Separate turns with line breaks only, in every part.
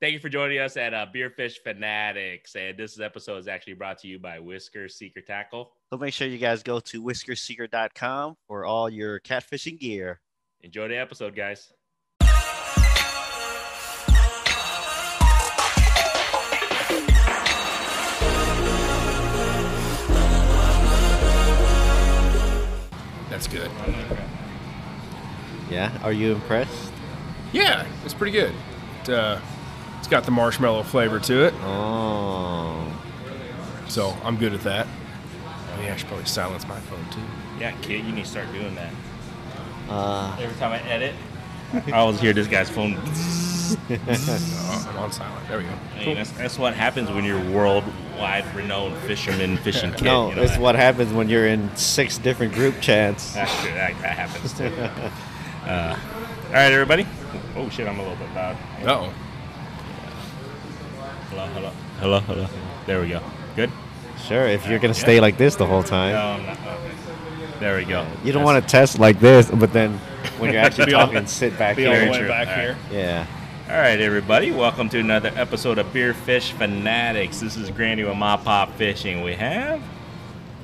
Thank you for joining us at uh, Beerfish Fanatics. And this episode is actually brought to you by Whisker Seeker Tackle.
So make sure you guys go to whiskerseeker.com for all your catfishing gear.
Enjoy the episode, guys.
That's good.
Yeah. Are you impressed?
Yeah, it's pretty good. It, uh, it's got the marshmallow flavor to it,
Oh.
so I'm good at that. Oh yeah, I should probably silence my phone too.
Yeah, kid, you need to start doing that.
Uh,
Every time I edit, I always hear this guy's phone.
Oh, I'm on silent. There we go.
I mean, that's, that's what happens when you're worldwide renowned fisherman fishing kid.
no,
you know,
it's
that-
what happens when you're in six different group chats.
That's true. That, that happens too. Uh, all right, everybody. Oh shit, I'm a little bit loud.
Oh,
Hello, hello, hello, hello. There we go. Good.
Sure, if you're gonna stay like this the whole time,
No, I'm not. Okay. There we go.
you don't want to test like this, but then when you're actually
Be all-
talking, sit back
be all the
here.
way back here.
Yeah.
All right, everybody. Welcome to another episode of Beer Fish Fanatics. This is Granny with My Pop Fishing. We have.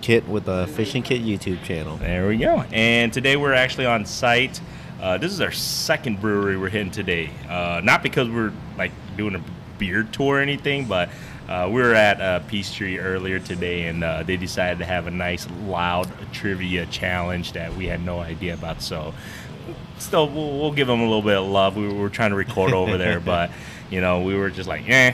Kit with a fishing kit YouTube channel.
There we go. And today we're actually on site. Uh, this is our second brewery we're hitting today. Uh, not because we're like doing a beer tour or anything, but uh, we were at uh, Peachtree earlier today, and uh, they decided to have a nice loud trivia challenge that we had no idea about. So, still, we'll, we'll give them a little bit of love. We were trying to record over there, but you know, we were just like, eh,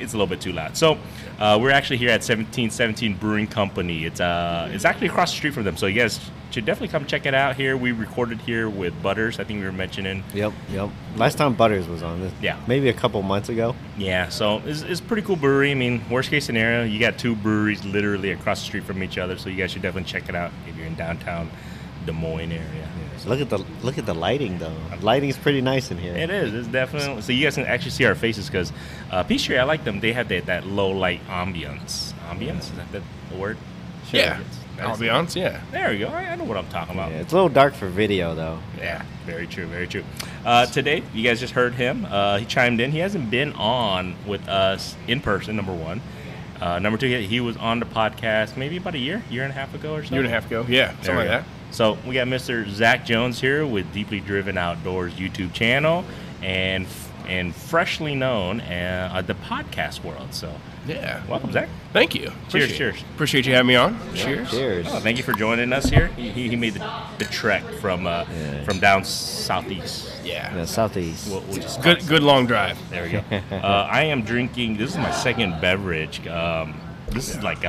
it's a little bit too loud. So uh, we're actually here at 1717 Brewing Company. It's uh, it's actually across the street from them. So you guys should definitely come check it out here. We recorded here with Butters. I think we were mentioning.
Yep, yep. Last time Butters was on this,
Yeah.
maybe a couple months ago.
Yeah, so it's, it's a pretty cool brewery. I mean, worst case scenario, you got two breweries literally across the street from each other. So you guys should definitely check it out if you're in downtown Des Moines area. So
Look at the look at the lighting though. Lighting's pretty nice in here.
It is. It's definitely. So you guys can actually see our faces because uh, Peachtree, I like them. They have that, that low light ambience. Ambience? Is that the, the word?
yeah.
That
I'll
is-
be honest. Yeah.
There we go. I, I know what I'm talking about.
Yeah,
Yeah.
it's a little dark for video though.
very true, very true. Uh, today, you guys just heard him. Uh, he chimed in. He hasn't been on with us in person, number one. Uh, number two, he, he was on the podcast maybe about a year, year and a half ago or so.
Year and a half ago. Yeah, something
There
like
we
that.
go. So we got Mr. Zach Jones here with Deeply Driven Outdoors YouTube channel and and freshly known uh, uh, the podcast world. So
Yeah.
welcome, Zach.
Thank you. Appreciate it.
cheers.
Appreciate you having me on. Cheers.
Cheers.
Oh, thank you for joining us here. He, he he made the, the trek from uh,
Yeah.
from down southeast.
Yeah,
Yeah.
southeast.
We'll, we'll just
Good. Good long drive.
There we go. uh, I am drinking. This is my second beverage. Um, this is like a,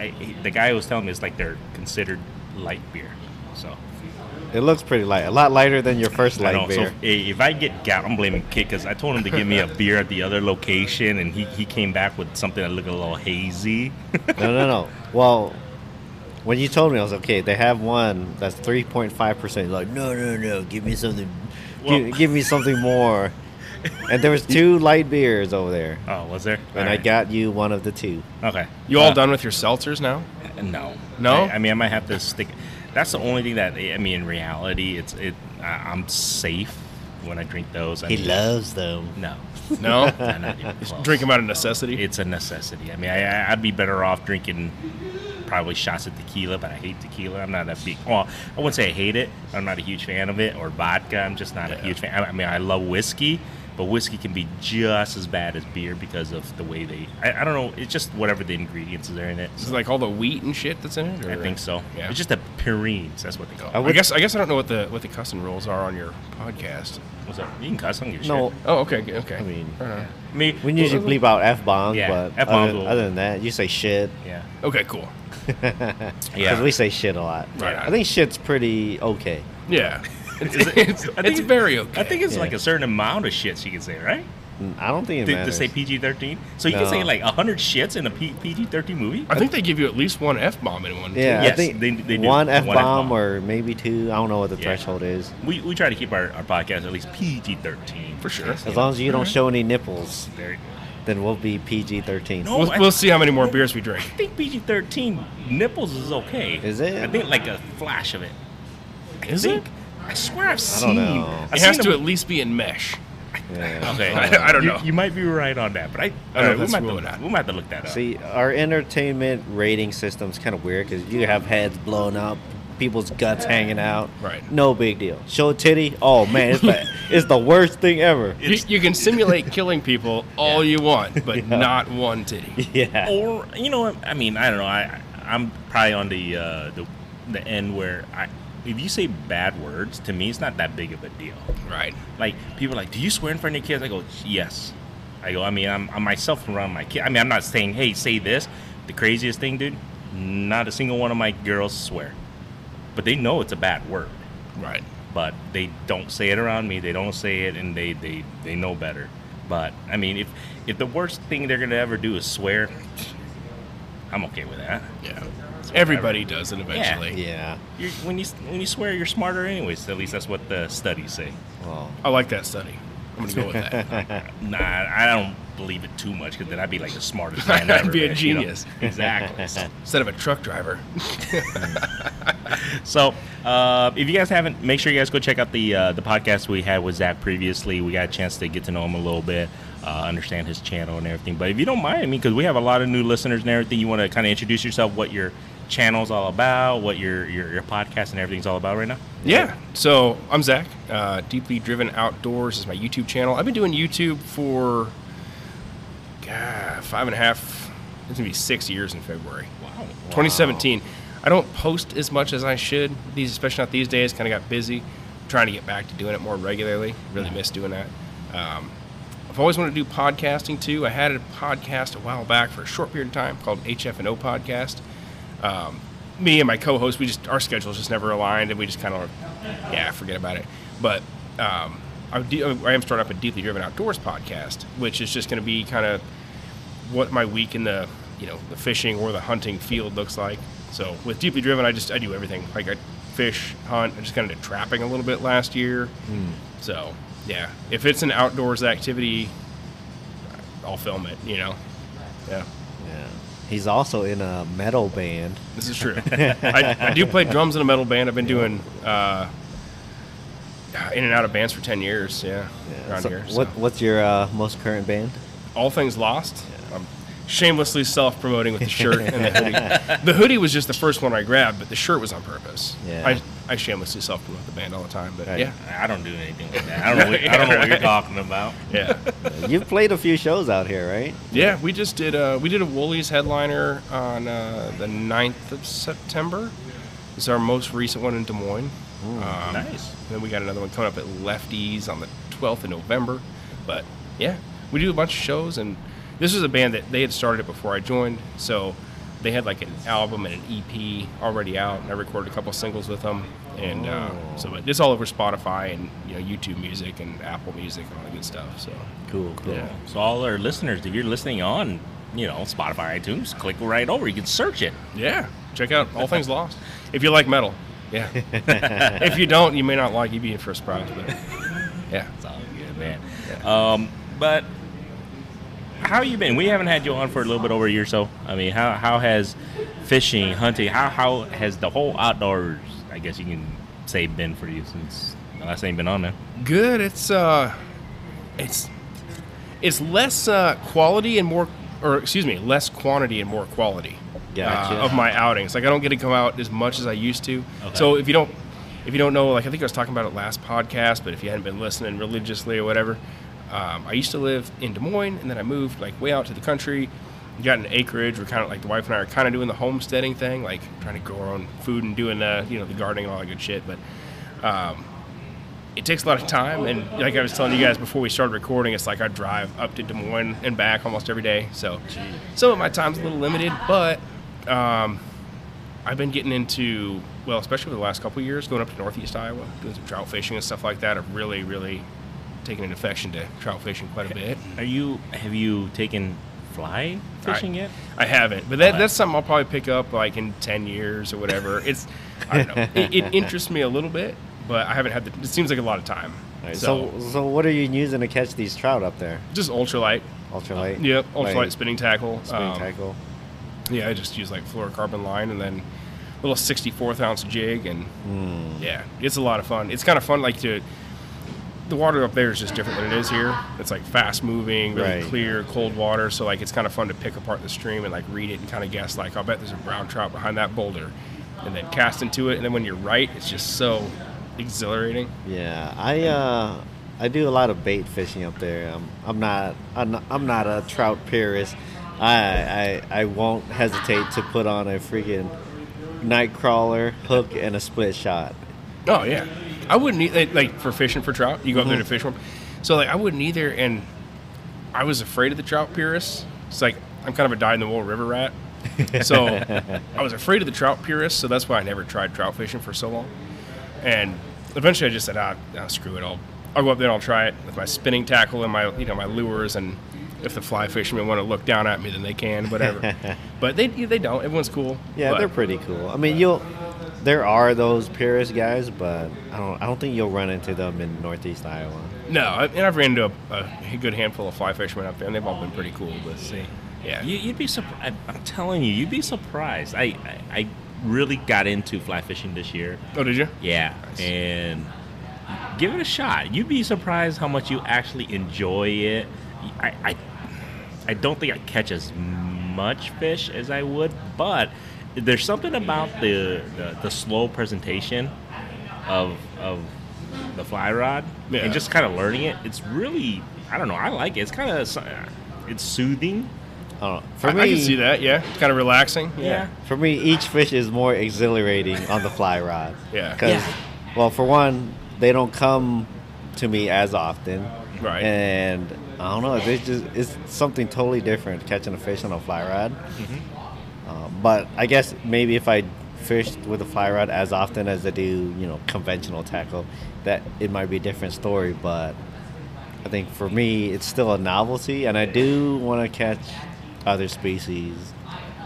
I- I- the guy was telling me it's like they're considered light beer. So
It looks pretty light. A lot lighter than your first
I
light
know. So
beer.
if, if I get got, I'm blaming Kit because I told him to give me a beer at the other location, and he, he came back with something that looked a little hazy.
no, no, no. Well, when you told me, I was okay. They have one that's three point five percent. Like, no, no, no. Give me something.
Well-
give, give me something more. And there was two light beers over there,
oh, was there?
and I got you one of the two.
got okay.
You all
Uh,
done with your seltzers now?
No,
No?
I, I mean, I might have to stick. That's the only thing that I mean. In reality, it's it. I, I'm safe when I drink those. I
He
mean,
loves them.
No,
No.
I'm not even close.
Drink them out of necessity.
It's a necessity. I mean, I- I, I'd be better off drinking probably shots of tequila, but I hate tequila. I'm not that big. Well, I wouldn't say I hate it. I'm not a huge fan of it, or vodka. I'm just not a huge fan. I, I mean, I love whiskey, but whiskey can be just as bad as beer because of the way they. I, I don't know. It's just whatever the ingredients are in it.
It's like all the wheat and shit that's in it.
I
or-
think so.
Yeah.
It's just the purines. That's what they call.
I
it.
would-
I guess. I guess I don't know what the what the cussing rules are on your podcast.
What's up? You can cuss. I don't give a
No,
shit.
Oh, okay. g- Okay.
I mean,
Uh,
I mean,
we usually bleep out f bombs,
Yeah,
but
F-bombs
other,
will-
other than that, you say shit.
Yeah.
okay. Cool.
Because we say shit a lot.
Right.
I think shit's pretty okay.
Yeah. It's,
Is it-
it's,
I think
it's
it-
very okay.
I think it's
Yeah.
like a certain amount of shits you can say, right?
Mm, I don't think it
to, to
matters.
say PG thirteen. So you can
No.
say like hundred shits in a P- PG thirteen movie.
I think they give you at least one f bomb in one. too.
yeah,
Yes,
I think
they- they do. One
one f
F-bomb.
bomb or maybe two. I don't know what the
Yeah.
threshold is.
We, we try to keep our, our podcast at least PG thirteen
For sure.
As long as you
Mm-hmm.
don't show any nipples,
Very.
then we'll be PG thirteen.
No.
We'll,
I-
we'll see how many more beers we drink.
I think PG thirteen nipples is okay.
Is it?
I think like a flash of it. I
Is
think,
it?
I swear I've
don't
seen.
know.
I've
It has
seen
to
a-
at least be in mesh.
Yeah.
Okay,
I- I don't
You-
know.
You, might be right on that, but I, uh,
I don't know if
we,
that's
might have
real
to
or
look,
not.
we might have to look that up.
See, our entertainment rating system's kind of weird because you have heads blown up, people's guts hanging out.
Right.
No big deal. Show a titty. Oh man, it's the it's the worst thing ever.
You, you can simulate killing people all you want, but not one titty.
Yeah.
or you know what i mean i don't know i i'm probably on the uh the, the end where i if you say bad words to me it's not that big of a deal
Right.
like people are like do you swear in front of your kids i go yes i go i mean i'm, I'm myself around my kid i mean i'm not saying hey say this the craziest thing dude not a single one of my girls swear but they know it's a bad word
Right.
but they don't say it around me. They don't say it, and they they, they know better. But I mean, if if the worst thing they're gonna ever do is swear, I'm okay with that.
Yeah. Everybody does it eventually.
Yeah.
you when you when you swear, you're smarter, anyways. At least that's what the studies say.
Well.
I like that study. I'm gonna go with that.
Nah, I don't believe it too much because then I'd be like the smartest man
I'd
ever.
be a
man,
genius.
Exactly. So-
Instead of a truck driver.
So, uh, if you guys haven't, make sure you guys go check out the uh, the podcast we had with Zach previously. We got a chance to get to know him a little bit, uh, understand his channel and everything. But if you don't mind, I mean, because we have a lot of new listeners and everything, you want to kind of introduce yourself, what your channel's all about, what your, your your podcast and everything's all about right now.
Yeah. So I'm Zach. Uh, Deeply Driven Outdoors is my YouTube channel. I've been doing YouTube for God, five and a half. It's gonna be six years in February,
Wow.
2017. I don't post as much as I should. These, especially not these days, kind of got busy. trying to get back to doing it more regularly. Really miss doing that. Um, I've always wanted to do podcasting too. I had a podcast a while back for a short period of time called HFNO Podcast um, me and my co-host, we just our schedules just never aligned, and we just kind of, yeah, forget about it. But um, I, would do- I am starting up a deeply driven outdoors podcast, which is just going to be kind of what my week in the you know the fishing or the hunting field looks like. So with deeply driven, I just I do everything. Like I fish, hunt. I just got into trapping a little bit last year. So yeah, if it's an outdoors activity, I'll film it. You know, yeah.
Yeah. He's also in a metal band.
This is true. I, I do play drums in a metal band. I've been doing uh, in and out of bands for ten years. Yeah,
Yeah.
around
So
here.
What
so.
What's your uh, most current band?
All things lost. I'm shamelessly self-promoting with the shirt and the hoodie. the hoodie was just the first one I grabbed, but the shirt was on purpose.
Yeah.
I, I shamelessly self-promote the band all the time, but
Right.
yeah,
I don't do anything like that. I don't know. What, I don't know what you're talking about.
yeah,
You've played a few shows out here, right?
yeah. We just did uh, we did a Woolies headliner on uh, the 9th of September. It's our most recent one in Des Moines. Um,
nice.
Then we got another one coming up at Lefties on the 12th of November. But yeah, we do a bunch of shows, and this was a band that they had started before I joined. So they had like an album and an EP already out, and I recorded a couple singles with them. And uh, so it- it's all over Spotify and you know YouTube Music and Apple Music and all that good stuff. So
Cool. Cool.
Yeah.
So all our listeners, if you're listening on, you know, Spotify, iTunes, click right over. You can search it.
yeah, check out All Things Lost if you like metal. Yeah. if you don't, you may not like. E You be in for a surprise, but yeah.
It's all good, man. Um, but how you been? We haven't had you on for a little bit over a year, so I mean, how how has fishing, hunting, how how has the whole outdoors? I guess you can say been for you since the last time you been on there.
good it's uh it's it's less uh quality and more or excuse me less quantity and more quality
Gotcha.
uh, of my outings like i don't get to come out as much as i used to
Okay.
so if you don't if you don't know like i think i was talking about it last podcast but if you hadn't been listening religiously or whatever um, i used to live in des moines and then i moved like way out to the country got an acreage we're kind of like the wife and i are kind of doing the homesteading thing like trying to grow our own food and doing the you know the gardening and all that good shit but um, it takes a lot of time and like i was telling you guys before we started recording it's like i drive up to des moines and back almost every day so some of my time's a little limited but um, i've been getting into well especially over the last couple of years going up to northeast iowa doing some trout fishing and stuff like that i've really really taken an affection to trout fishing quite a bit
Are you have you taken fly fishing
I,
yet?
I haven't, but that,
Okay.
that's something I'll probably pick up like in ten years or whatever. It's I don't know. it, it interests me a little bit, but I haven't had. The, it seems like a lot of time.
All right,
so,
so, so what are you using to catch these trout up there?
just ultralight.
Ultralight.
Uh, Yep, ultralight
Like,
spinning tackle.
Spinning
Um,
tackle.
Yeah, I just use like fluorocarbon line and then a little Hmm. 64th ounce jig, and yeah, it's a lot of fun. It's kind of fun like to the water up there is just different than it is here. It's like fast moving, really
Right.
clear, cold water. So like it's kind of fun to pick apart the stream and like read it and kind of guess like I'll bet there's a brown trout behind that boulder, and then cast into it. And then when you're right, it's just so exhilarating.
Yeah, I uh, I do a lot of bait fishing up there. I'm, I'm not I'm not, I'm not a trout purist. I, I I won't hesitate to put on a freaking night crawler hook and a split shot.
Oh yeah, I wouldn't eat like, like for fishing for trout. You go up there to
Mm-hmm.
fish for 'em. so like I wouldn't either. And I was afraid of the trout purists. It's like I'm kind of a die in the wool river rat, so I was afraid of the trout purists. So that's why I never tried trout fishing for so long. And eventually, I just said, ah, ah, screw it. I'll I'll go up there and I'll try it with my spinning tackle and my you know my lures and. If the fly fishermen want to look down at me, then they can, whatever. but they they don't. Everyone's cool.
Yeah,
but-
they're pretty cool. I mean, you'll there are those purist guys, but I don't I don't think you'll run into them in Northeast Iowa.
No, I- and I've ran into a, a good handful of fly fishermen up there, and they've all been pretty cool. But see, yeah,
You, you'd be surprised. I'm telling you, you'd be surprised. I, I, I really got into fly fishing this year.
oh, did you?
Yeah,
Nice.
and give it a shot. You'd be surprised how much you actually enjoy it. I, I, I don't think I catch as much fish as I would, but there's something about the the, the slow presentation of of the fly rod
Yeah.
and just kind of learning it. It's really I don't know. I like it. It's kind of it's soothing.
I don't know. For
I,
me,
I can see that. Yeah, it's kind of relaxing.
For me, each fish is more exhilarating on the fly rod.
Yeah.
Because,
Yeah.
well, for one, they don't come to me as often.
Right.
And I don't know. It's just it's something totally different catching a fish on a fly rod. Uh, but I guess maybe if I fished with a fly rod as often as I do, you know, conventional tackle, that it might be a different story. But I think for me, it's still a novelty, and I do want to catch other species.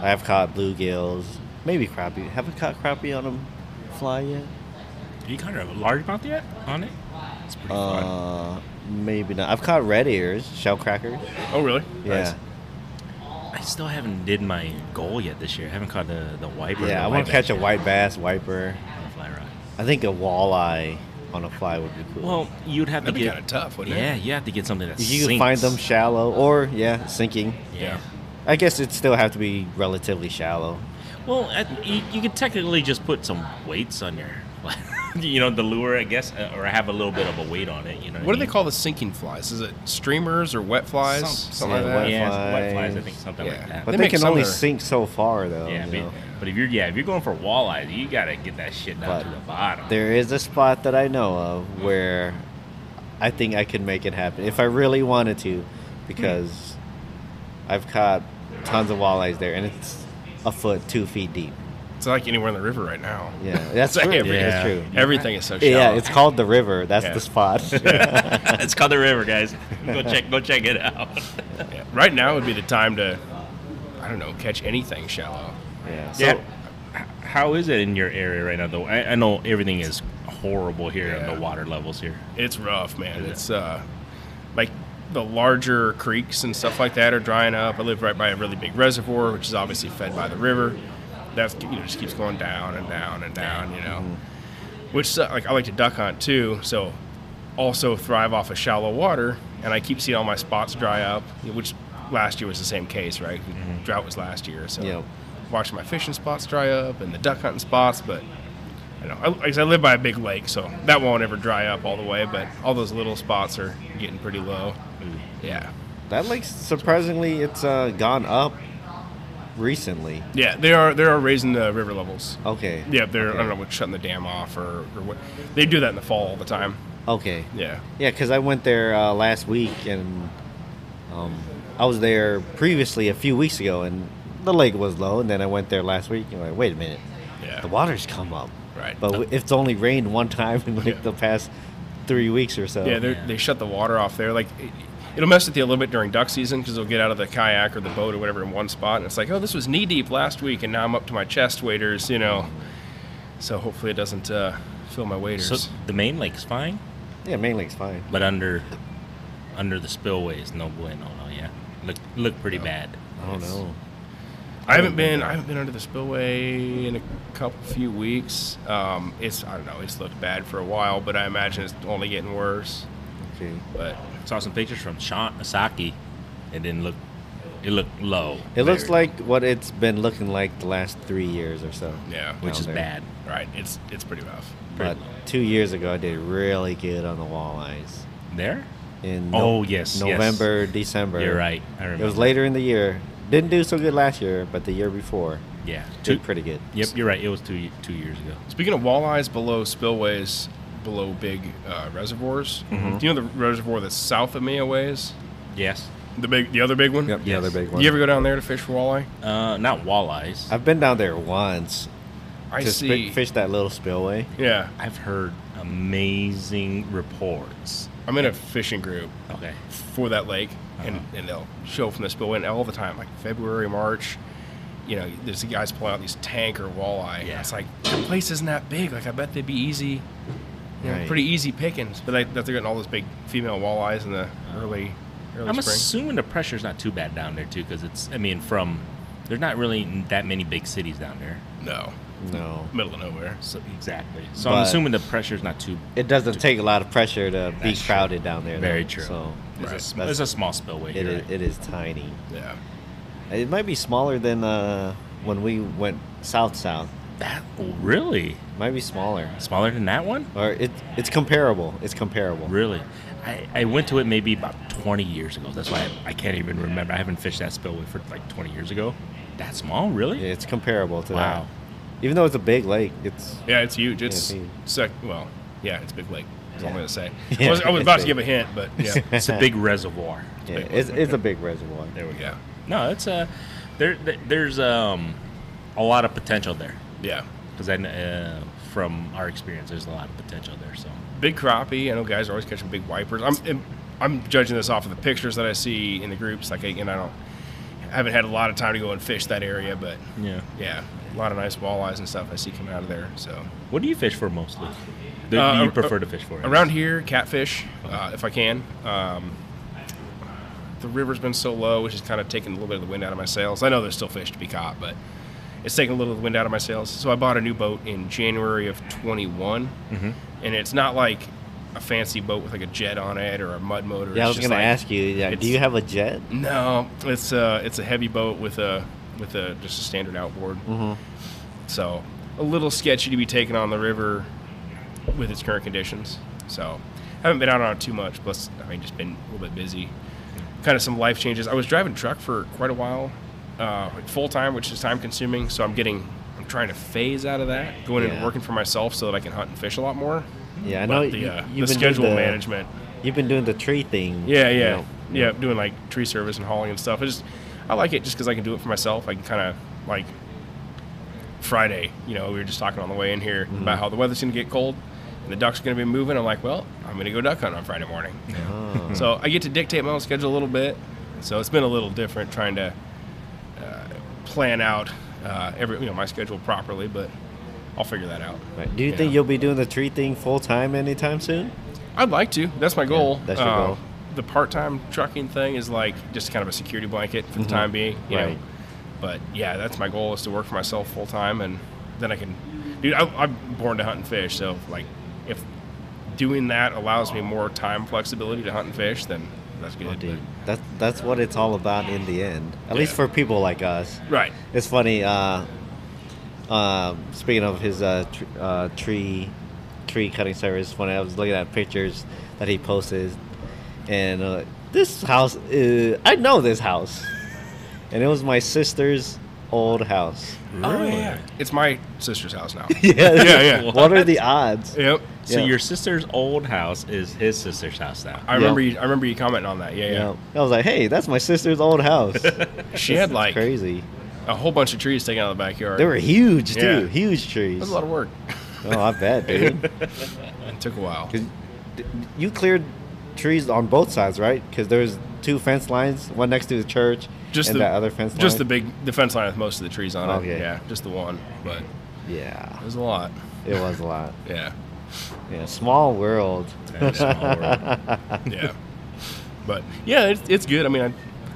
I have caught bluegills, maybe crappie. Have I caught crappie on a fly yet?
You kind of largemouth yet on it? It's pretty fun.
Uh, maybe not. I've caught red ears, shellcrackers.
Oh, really?
Yeah,
I still haven't did my goal yet this year. I haven't caught the the wiper. the
yeah. I want
whiteback
to catch a
yet.
white bass, wiper.
on a fly rod.
I think a walleye on a fly would be cool.
Well, you'd have
That'd
to
be
get
kind of tough, wouldn't
yeah,
it?
you have to get something that
If you can
sinks.
find them shallow, or yeah, sinking.
yeah.
I guess it'd still have to be relatively shallow.
Well, I, you, you could technically just put some weights on your, you know, the lure, I guess, uh, or have a little bit of a weight on it. You know.
What do they call the sinking flies? Is it streamers or wet flies?
Some-
Something
yeah,
like that.
Yeah, it's wet
flies?
flies. I think something
Yeah.
like that.
But
They
they,
make
can
some
only
that are-
sink so far, though.
yeah,
you
but,
know.
but if you're yeah, if you're going for walleyes, you gotta get that shit down
But
to the bottom.
There is a spot that I know of where I think I could make it happen if I really wanted to, because I've caught tons of walleyes there, and it's a foot, two feet deep.
It's not like anywhere in the river right now.
Yeah, that's
It's like
true.
every-
That's
Yeah.
true.
Everything is so shallow.
Yeah, it's called the river. That's
Yeah.
the spot.
it's called the river, guys. Go check, go check it out.
Yeah. Right now would be the time to, I don't know, catch anything shallow.
yeah. So,
Yeah. H- How is it in your area right now, though? I, I know everything is horrible here and
Yeah.
the water levels here.
It's rough, man. It's uh, like the larger creeks and stuff like that are drying up. I live right by a really big reservoir, which is obviously fed by the river. That's you know just keeps going down and down and down. You know, which su- like I like to duck hunt too, so also thrive off of shallow water. And I keep seeing all my spots dry up, which last year was the same case, right? Drought was last year, so
Yep.
watching my fishing spots dry up and the duck hunting spots, but you know, I, like I said, I live by a big lake, so that won't ever dry up all the way. But all those little spots are getting pretty low. Yeah,
that lake surprisingly, it's uh, gone up recently.
yeah, they are they are raising the river levels.
Okay.
Yeah, they're I
Okay.
don't know what's shutting the dam off or, or what. They do that in the fall all the time.
Okay.
Yeah,
Yeah, because I went there uh, last week, and um, I was there previously a few weeks ago, and the lake was low. And then I went there last week, and I'm like, wait a minute,
yeah,
the Oh, water's come up.
right.
But w- it's only rained one time in like
Yeah.
the past three weeks or so.
yeah, they're, they shut the water off there. Like, it, it'll mess with you a little bit during duck season because they'll get out of the kayak or the boat or whatever in one spot, and it's like, oh, this was knee deep last week, and now I'm up to my chest waders, you know. So hopefully it doesn't uh, fill my waders.
So the main lake's fine,
yeah, main lake's fine.
but under under the spillways, no bueno, no, yeah, look look pretty bad.
I don't know.
I haven't been I haven't been under the spillway in a couple few weeks. Um, it's I don't know. It's looked bad for a while, but I imagine it's only getting worse.
Okay.
But
Saw some pictures from Sean Asaki. It didn't look. It looked low.
It looks
Very-
like what it's been looking like the last three years or so.
yeah,
which
down
is
there.
bad.
right, it's it's pretty rough.
But two years ago, I did really good on the walleyes.
There.
In
Oh, yes, yes.
November, December.
You're right. I
It
remember.
was later in the year. Didn't do so good last year, but the year before
Yeah.
did pretty good.
Yep, you're right. It was two two years ago.
Speaking of walleyes below spillways, below big uh, reservoirs,
Mm-hmm.
do you know the reservoir that's south of Mayaways?
Yes.
The big, the other big one.
Yep, the
Yes.
other big one.
You ever go down there to fish for walleye?
Uh, not walleyes. I've,
I've been down there once
I
to sp-
see.
fish that little spillway.
Yeah,
heard amazing reports.
I'm in a fishing group
Okay.
for that lake, and,
Uh-huh.
and they'll show from the spillway and all the time, like February, March. You know, there's the guys pulling out these tanker walleye.
Yeah.
It's like the place isn't that big. Like I bet they'd be easy, you know,
Right.
pretty easy pickings. But like, that they're getting all those big female walleyes in the
Uh-huh.
early, early
I'm
spring.
assuming the pressure's not too bad down there too, because it's. I mean, from there's not really that many big cities down there.
no,
No.
middle of nowhere.
So exactly. So
But-
I'm assuming the pressure's not too.
It doesn't take a lot of pressure to be
That's true.
crowded down there.
Very
though,
true.
So
It's, a,
Right.
sm-
That's-
it's a small spillway.
it
you're
is,
right.
it is tiny.
Yeah.
It might be smaller than uh, when we went south south.
That oh, really
Might be smaller,
smaller than that one.
or it it's comparable. It's comparable.
Really, I, I went to it maybe about 20 years ago. That's why I, I can't even remember. I haven't fished that spillway for like 20 years ago. That small, really?
Yeah, It's comparable to
Wow.
that. Even though it's a big lake, it's
Yeah, it's huge. It's
huge.
sec. Well, yeah, it's big lake. That's all I'm
Yeah.
gonna say.
Yeah,
I was, I was
it's
about to
big.
give a hint, but yeah,
It's a big reservoir.
yeah,
big
it's, it's a big reservoir.
There we go.
yeah,
No, it's a there. there- There's um a lot of potential there
yeah.
because I kn- uh, from our experience, there's a lot of potential there. So
Big crappie. I know guys are always catching big wipers. I'm, I'm I'm judging this off of the pictures that I see in the groups. Like, and I don't I haven't had a lot of time to go and fish that area, but
yeah.
yeah, a lot of nice walleyes and stuff I see coming out of there. So
What do you fish for mostly? Do
Uh,
do you
ar-
prefer to fish for it?
around here, catfish, uh, if I can. Um, the river's been so low, which is kind of taking a little bit of the wind out of my sails. I know there's still fish to be caught, but it's taking a little of the wind out of my sails. So I bought a new boat in January of 21,
Mm-hmm.
and it's not like a fancy boat with like a jet on it or a mud motor.
Yeah, I was
It's just
gonna
like-
ask you. Yeah, do
it's-
you have a jet?
No, it's a it's a heavy boat with a with a just a standard outboard.
Mm-hmm.
So a little sketchy to be taken on the river with its current conditions. So haven't been out on it too much. Plus, I mean, just been a little bit busy. Kind of some life changes. I was driving truck for quite a while, uh, like full time, which is time consuming. So I'm getting I'm trying to phase out of that, going
Yeah.
into working for myself so that I can hunt and fish a lot more.
Yeah, I
But
know.
the,
you-
uh, the
you've been doing
schedule
the-
management.
You've been doing the tree thing.
Yeah,
you
yeah,
know.
yeah. Doing like tree service and hauling and stuff. I just I like it just because I can do it for myself. I can kind of like Friday. You know, we were just talking on the way in here
Mm-hmm.
about how the weather's going to get cold and the ducks are going to be moving. I'm like, well, I'm going to go duck hunt on Friday morning.
Oh.
so I get to dictate my own schedule a little bit. So it's been a little different trying to uh, plan out uh, every you know my schedule properly, but I'll figure that out.
Right. Do you
Yeah.
think you'll be doing the tree thing full time anytime soon?
I'd like to. That's my goal.
that's your
Uh,
goal.
The part-time trucking thing is like just kind of a security blanket for the time being, you know.
Mm-hmm. Right.
But yeah, that's my goal is to work for myself full time, and then I can, dude. I, I'm born to hunt and fish, so like if doing that allows me more time flexibility to hunt and fish, then that's good.
Oh, dude,
but-
that's that's what it's all about in the end. At least for
Yeah.
people like us.
right.
It's funny. Uh, uh, speaking of his uh, tr- uh, tree tree cutting service, when I was looking at pictures that he posted, and uh, this house, uh, I know this house, and it was my sister's old house.
Oh,
Really?
It's my sister's house now.
yeah,
Yeah, yeah.
What are the odds?
yep.
So
Yeah.
your sister's old house is his sister's house now.
I remember you. I remember you commenting on that. Yeah,
You
yeah.
know, I was like, hey, that's my sister's old house.
She had like
Crazy.
a whole bunch of trees taken out of the backyard.
They were huge too.
Yeah.
Huge trees.
That was a lot of work.
oh, I bet, dude.
It took a while.
'Cause d- you cleared trees on both sides, right? Because there's two fence lines, one next to the church,
just
and
the
that other fence line. Oh,
Just the big the fence line with most of the trees on it.
Okay.
Yeah, just the one, but
yeah.
it was a lot.
It was a lot.
Yeah,
Yeah, small world.
That is small world.
yeah, but yeah, it's, it's good. I mean, I,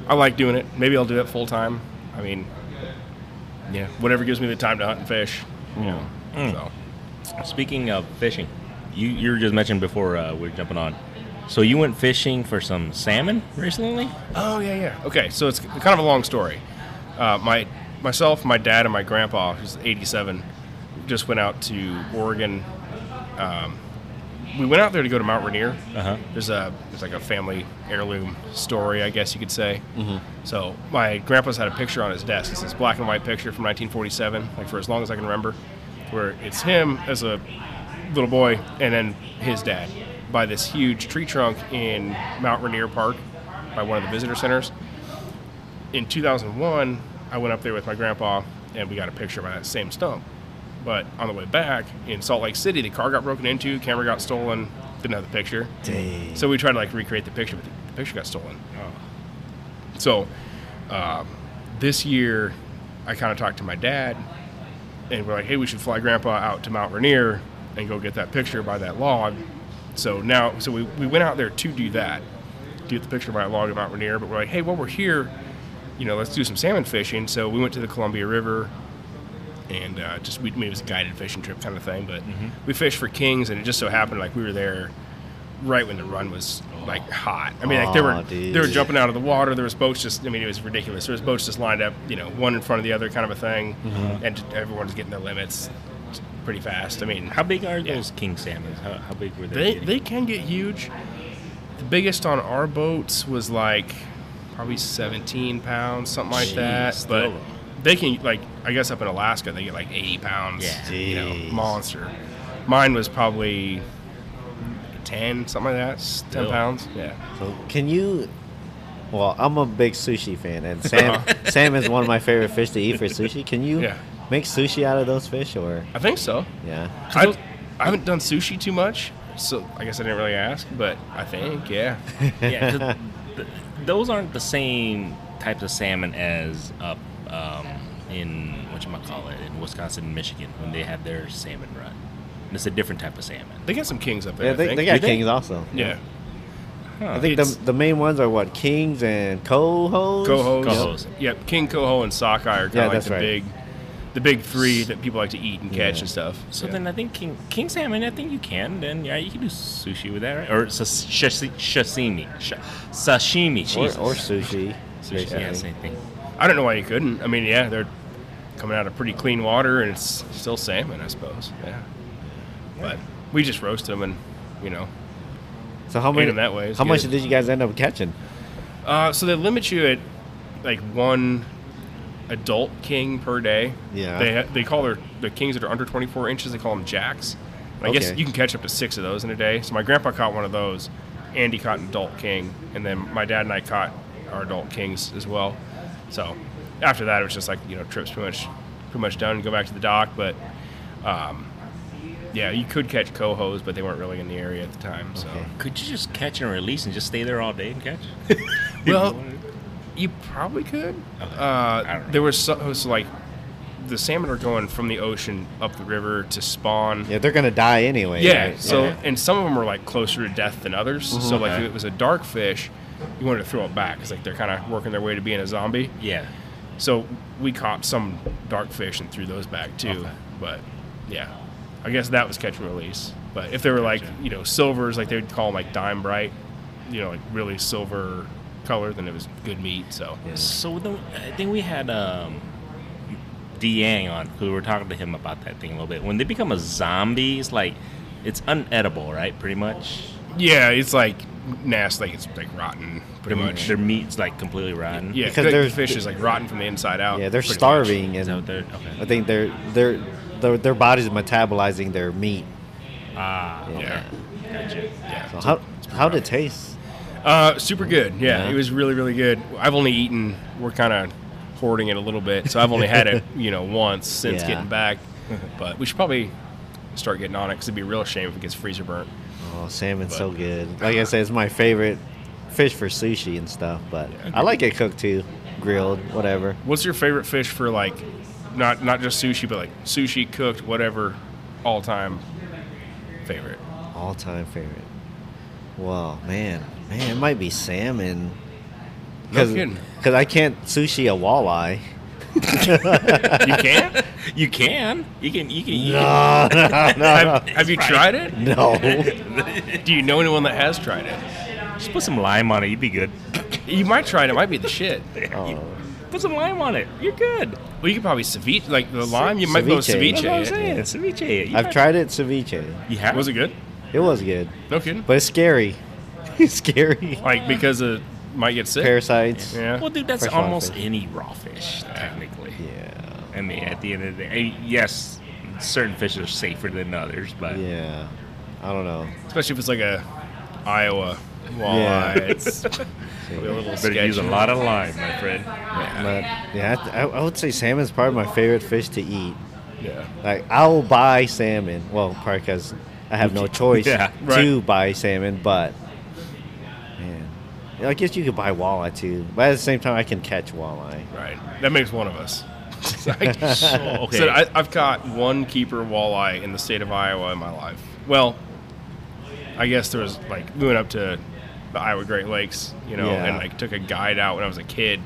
I like doing it. Maybe I'll do it full time. I mean, yeah, whatever gives me the time to hunt and fish. You know, so
Mm.
Speaking of fishing, you you were just mentioned before uh, we were jumping on So you went fishing for some salmon recently?
Oh yeah, yeah. Okay, so it's kind of a long story. Uh, my myself, my dad, and my grandpa, who's 87, just went out to Oregon. Um, we went out there to go to Mount Rainier.
Uh-huh.
There's a there's like a family heirloom story, I guess you could say.
Mhm.
So my grandpa's had a picture on his desk. It's this black and white picture from 1947, like for as long as I can remember, where it's him as a little boy and then his dad by this huge tree trunk in Mount Rainier Park by one of the visitor centers. In 2001, I went up there with my grandpa and we got a picture by that same stump. But on the way back in Salt Lake City, the car got broken into, camera got stolen, didn't have the picture.
Dang.
So we tried to like recreate the picture, but the, the picture got stolen. So um, this year, I kind of talked to my dad, and we're like, "Hey, we should fly Grandpa out to Mount Rainier and go get that picture by that log." So now, so we, we went out there to do that, to get the picture by a log at Mount Rainier. But we're like, "Hey, while we're here, you know, let's do some salmon fishing." So we went to the Columbia River. And uh, just we I mean, it was a guided fishing trip kind of thing, but
Mm-hmm.
we fished for kings, and it just so happened like we were there right when the run was like hot. I mean, like there
Aw,
were
dude.
there were jumping out of the water. There was boats just I mean, it was ridiculous. There was boats just lined up, you know, one in front of the other, kind of a thing, and just everyone's getting their limits pretty fast. I mean,
How big are
Yeah.
those king salmon? How, how big were they?
they they can get huge. The biggest on our boats was like probably 17 pounds, something like
Jeez,
that. But
still.
they can like I guess up in Alaska they get like 80 pounds.
Yeah.
you know,
Jeez.
monster. Mine was probably 10, something like that, 10
Still.
pounds. Yeah.
So can you? Well, I'm a big sushi fan, and Sam Sam is one of my favorite fish to eat for sushi. Can you
Yeah.
make sushi out of those fish, or
I think so.
yeah?
I, I haven't done sushi too much, so I guess I didn't really ask, but I think, yeah.
yeah, 'cause th- those aren't the same types of salmon as up um, in what you call it in Wisconsin and Michigan when they have their salmon run. And it's a different type of salmon.
They got some kings up there.
Yeah,
I
they,
think.
they got
Do
kings also.
Yeah.
I think the,
It's-
the main ones are what kings and cohos.
Cohos.
Cohos.
Yep. King Coho and sockeye are kind
Yeah,
of like
that's
the
right.
big the big three that people like to eat and catch and stuff.
So
Yeah.
then I think king king salmon. I think you can. Then yeah, you can do sushi with that, right? Or sas- shashi- sashimi, Sh- sashimi,
Or,
Jesus.
or sushi.
Sushi, yeah,
basically.
same thing.
I don't know why you couldn't. I mean, yeah, they're coming out of pretty clean water and it's still salmon, I suppose. Yeah. But we just roast them and, you know,
So how
Ate
many?
'em that way, it's
how much
good.
did you guys end up catching?
Uh, so they limit you at like one adult king per day.
Yeah.
They ha- they call their the kings that are under 24 inches. They call them jacks. And I guess
Okay.
you can catch up to six of those in a day. So my grandpa caught one of those. Andy caught an adult king, and then my dad and I caught our adult kings as well. So after that, it was just like you know trips pretty much pretty much done. Go back to the dock, but. Um, yeah, you could catch cohos, but they weren't really in the area at the time. So,
Okay.
Could you just catch and release and just stay there all day and catch?
well, You probably could.
I don't
Uh,
know.
there was so, so like the salmon are going from the ocean up the river to spawn.
Yeah, they're gonna die anyway.
Yeah,
right?
So
Yeah.
and some of them were like closer to death than others. So like
Okay.
if it was a dark fish, you wanted to throw it back because like they're kind of working their way to being a zombie.
yeah.
So we caught some dark fish and threw those back too.
Okay.
But yeah, I guess that was catch and release. But if they were like you know silvers, like they'd call them like dime bright, you know like really silver color, then it was good meat. So.
So then I think we had um, Diang on because we were talking to him about that thing a little bit. When they become a zombie, it's like it's unedible, right? Pretty much.
Yeah, it's like nasty. Like it's like rotten, pretty
Their-
much.
Their meat's like completely rotten.
yeah,
Because
because the
they're-
fish is like rotten from the inside out.
yeah, they're
pretty much.
starving,
Is that what
and
they're
I
okay?
think they're they're their their body's metabolizing their meat.
Ah,
Yeah.
okay. Gotcha.
Yeah.
So how how did it taste?
Uh, super good. Yeah,
Yeah.
it was really really good. I've only eaten. We're kind of hoarding it a little bit, so I've only had it you know once since
Yeah.
getting back. But we should probably start getting on it because it'd be a real shame if it gets freezer burnt.
Oh, salmon's so good. Like I said, it's my favorite fish for sushi and stuff. But I like it cooked too, grilled, whatever.
What's your favorite fish for like, not not just sushi, but like sushi cooked, whatever, all time favorite?
All time favorite. Wow, man, man, it might be salmon.
No kidding.
Because I can't sushi a walleye.
you can. You can. You can. You can.
No, no, no,
Have, have you tried it?
no. no.
Do you know anyone that has tried it?
Just put some lime on it. You'd be good.
You might try it. It might be the shit.
Oh.
Put some lime on it. You're good.
Well, you could probably ceviche, like the lime. You might be able to
Ceviche.
That's
ceviche
what I'm
it.
saying. Ceviche. it. You
I've
might-
tried it ceviche.
You have.
Was it good?
It was good,
No kidding.
but it's scary. scary.
Like because it might get sick.
Parasites.
Yeah.
Well, dude, that's
Fresh lime
almost
fish.
any raw fish, technically.
Yeah.
I mean, at the end of the day, yes, certain fish are safer than others, but
Yeah. I don't know.
Especially if it's like a Iowa
Yeah.
walleye. It's probably a little
better
sketchy.
use a lot of lime, my friend.
Yeah.
But yeah, I- I, I would say salmon's probably my favorite fish to eat.
yeah.
Like I'll buy salmon. Well, probably because I have no choice
Yeah,
to
right.
buy salmon. But man, Yeah, I guess you could buy walleye too. But at the same time, I can catch walleye.
Right. That makes one of us.
Oh, okay.
So I, I've caught one keeper walleye in the state of Iowa in my life. Well, I guess there was like we went up to the Iowa Great Lakes, you know,
Yeah.
and like took a guide out when I was a kid,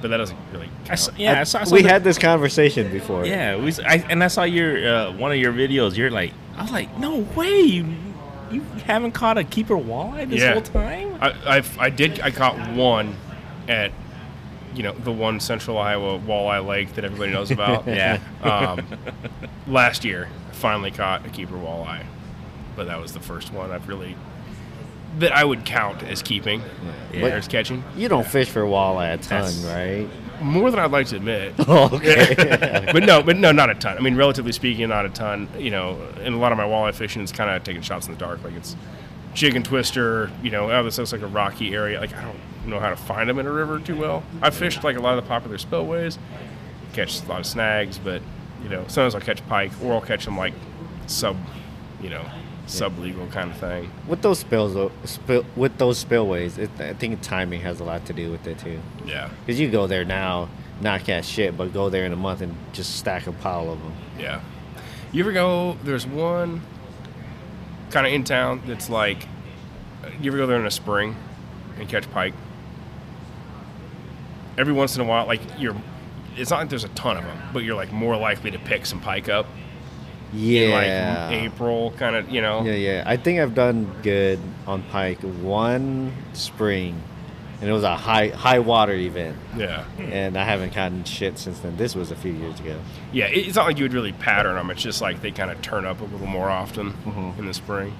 but that doesn't really.
I
Count.
saw, yeah, I,
I-
saw. I saw
we
the-
had this conversation before.
Yeah, we, s- I, and I saw your uh, one of your videos. You're like, I was like, no way, you, you haven't caught a keeper walleye this
Yeah.
whole time.
I, I've, I did. I caught one at, you know, the one Central Iowa walleye lake that everybody knows about.
Yeah,
Um, last year, I finally caught a keeper walleye, but that was the first one I've really that I would count as keeping
Yeah.
or as catching.
You don't fish for walleye a ton,
That's- Oh,
right?
More than I'd like to admit.
okay.
but no, but no, not a ton. I mean, relatively speaking, not a ton. You know, and a lot of my walleye fishing is kind of taking shots in the dark, like it's jig and twister. You know, oh, this looks like a rocky area. Like I don't know how to find them in a river too well. I fished like a lot of the popular spillways, catch a lot of snags, but you know, sometimes I'll catch pike or I'll catch them like sub, you know, sub legal kind of thing.
with those spills, though- spill, with those spillways, it, I think timing has a lot to do with it too.
Yeah,
Because you go there now, not catch shit, but go there in a month and just stack a pile of them.
Yeah. You ever go? There's one kind of in town that's like. You ever go there in the spring and catch pike? Every once in a while, like you're. It's not like there's a ton of them, but you're like more likely to pick some pike up. in,
Yeah.
Like April, kind of, you know.
Yeah, yeah. I think I've done good on Pike one spring, and it was a high high water event,
Yeah.
and I haven't gotten shit since then. This was a few years ago.
Yeah, it- it's not like you would really pattern them. It's just like they kind of turn up a little more often
Mm-hmm.
in the spring.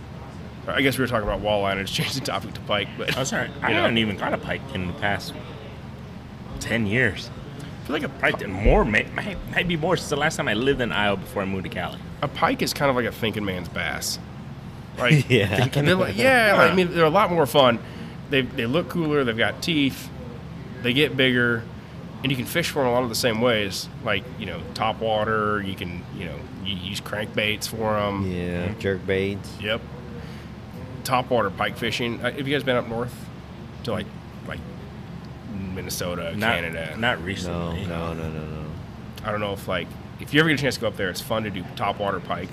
I guess we were talking about walleye and I just changed the topic to pike, but
I'm sorry, I
You know.
haven't even caught a pike in the past ten years.
I feel like a
Probably did more, may- might, might be more since the last time I lived in Iowa before I moved to Cali.
a pike is kind of like a thinking man's bass. Like,
Yeah.
they're like- yeah. like, I mean, they're a lot more fun. They they look cooler. They've got teeth. They get bigger, and you can fish for them a lot of the same ways. Like you know, top water. You can you know you use crankbaits for them.
Yeah, jerk baits.
Yep. Top water pike fishing. Uh, Have you guys been up north to like like Minnesota,
Not,
Canada?
not
No,
recently.
no, no, no, no.
I don't know if like if you ever get a chance to go up there, it's fun to do top water pike.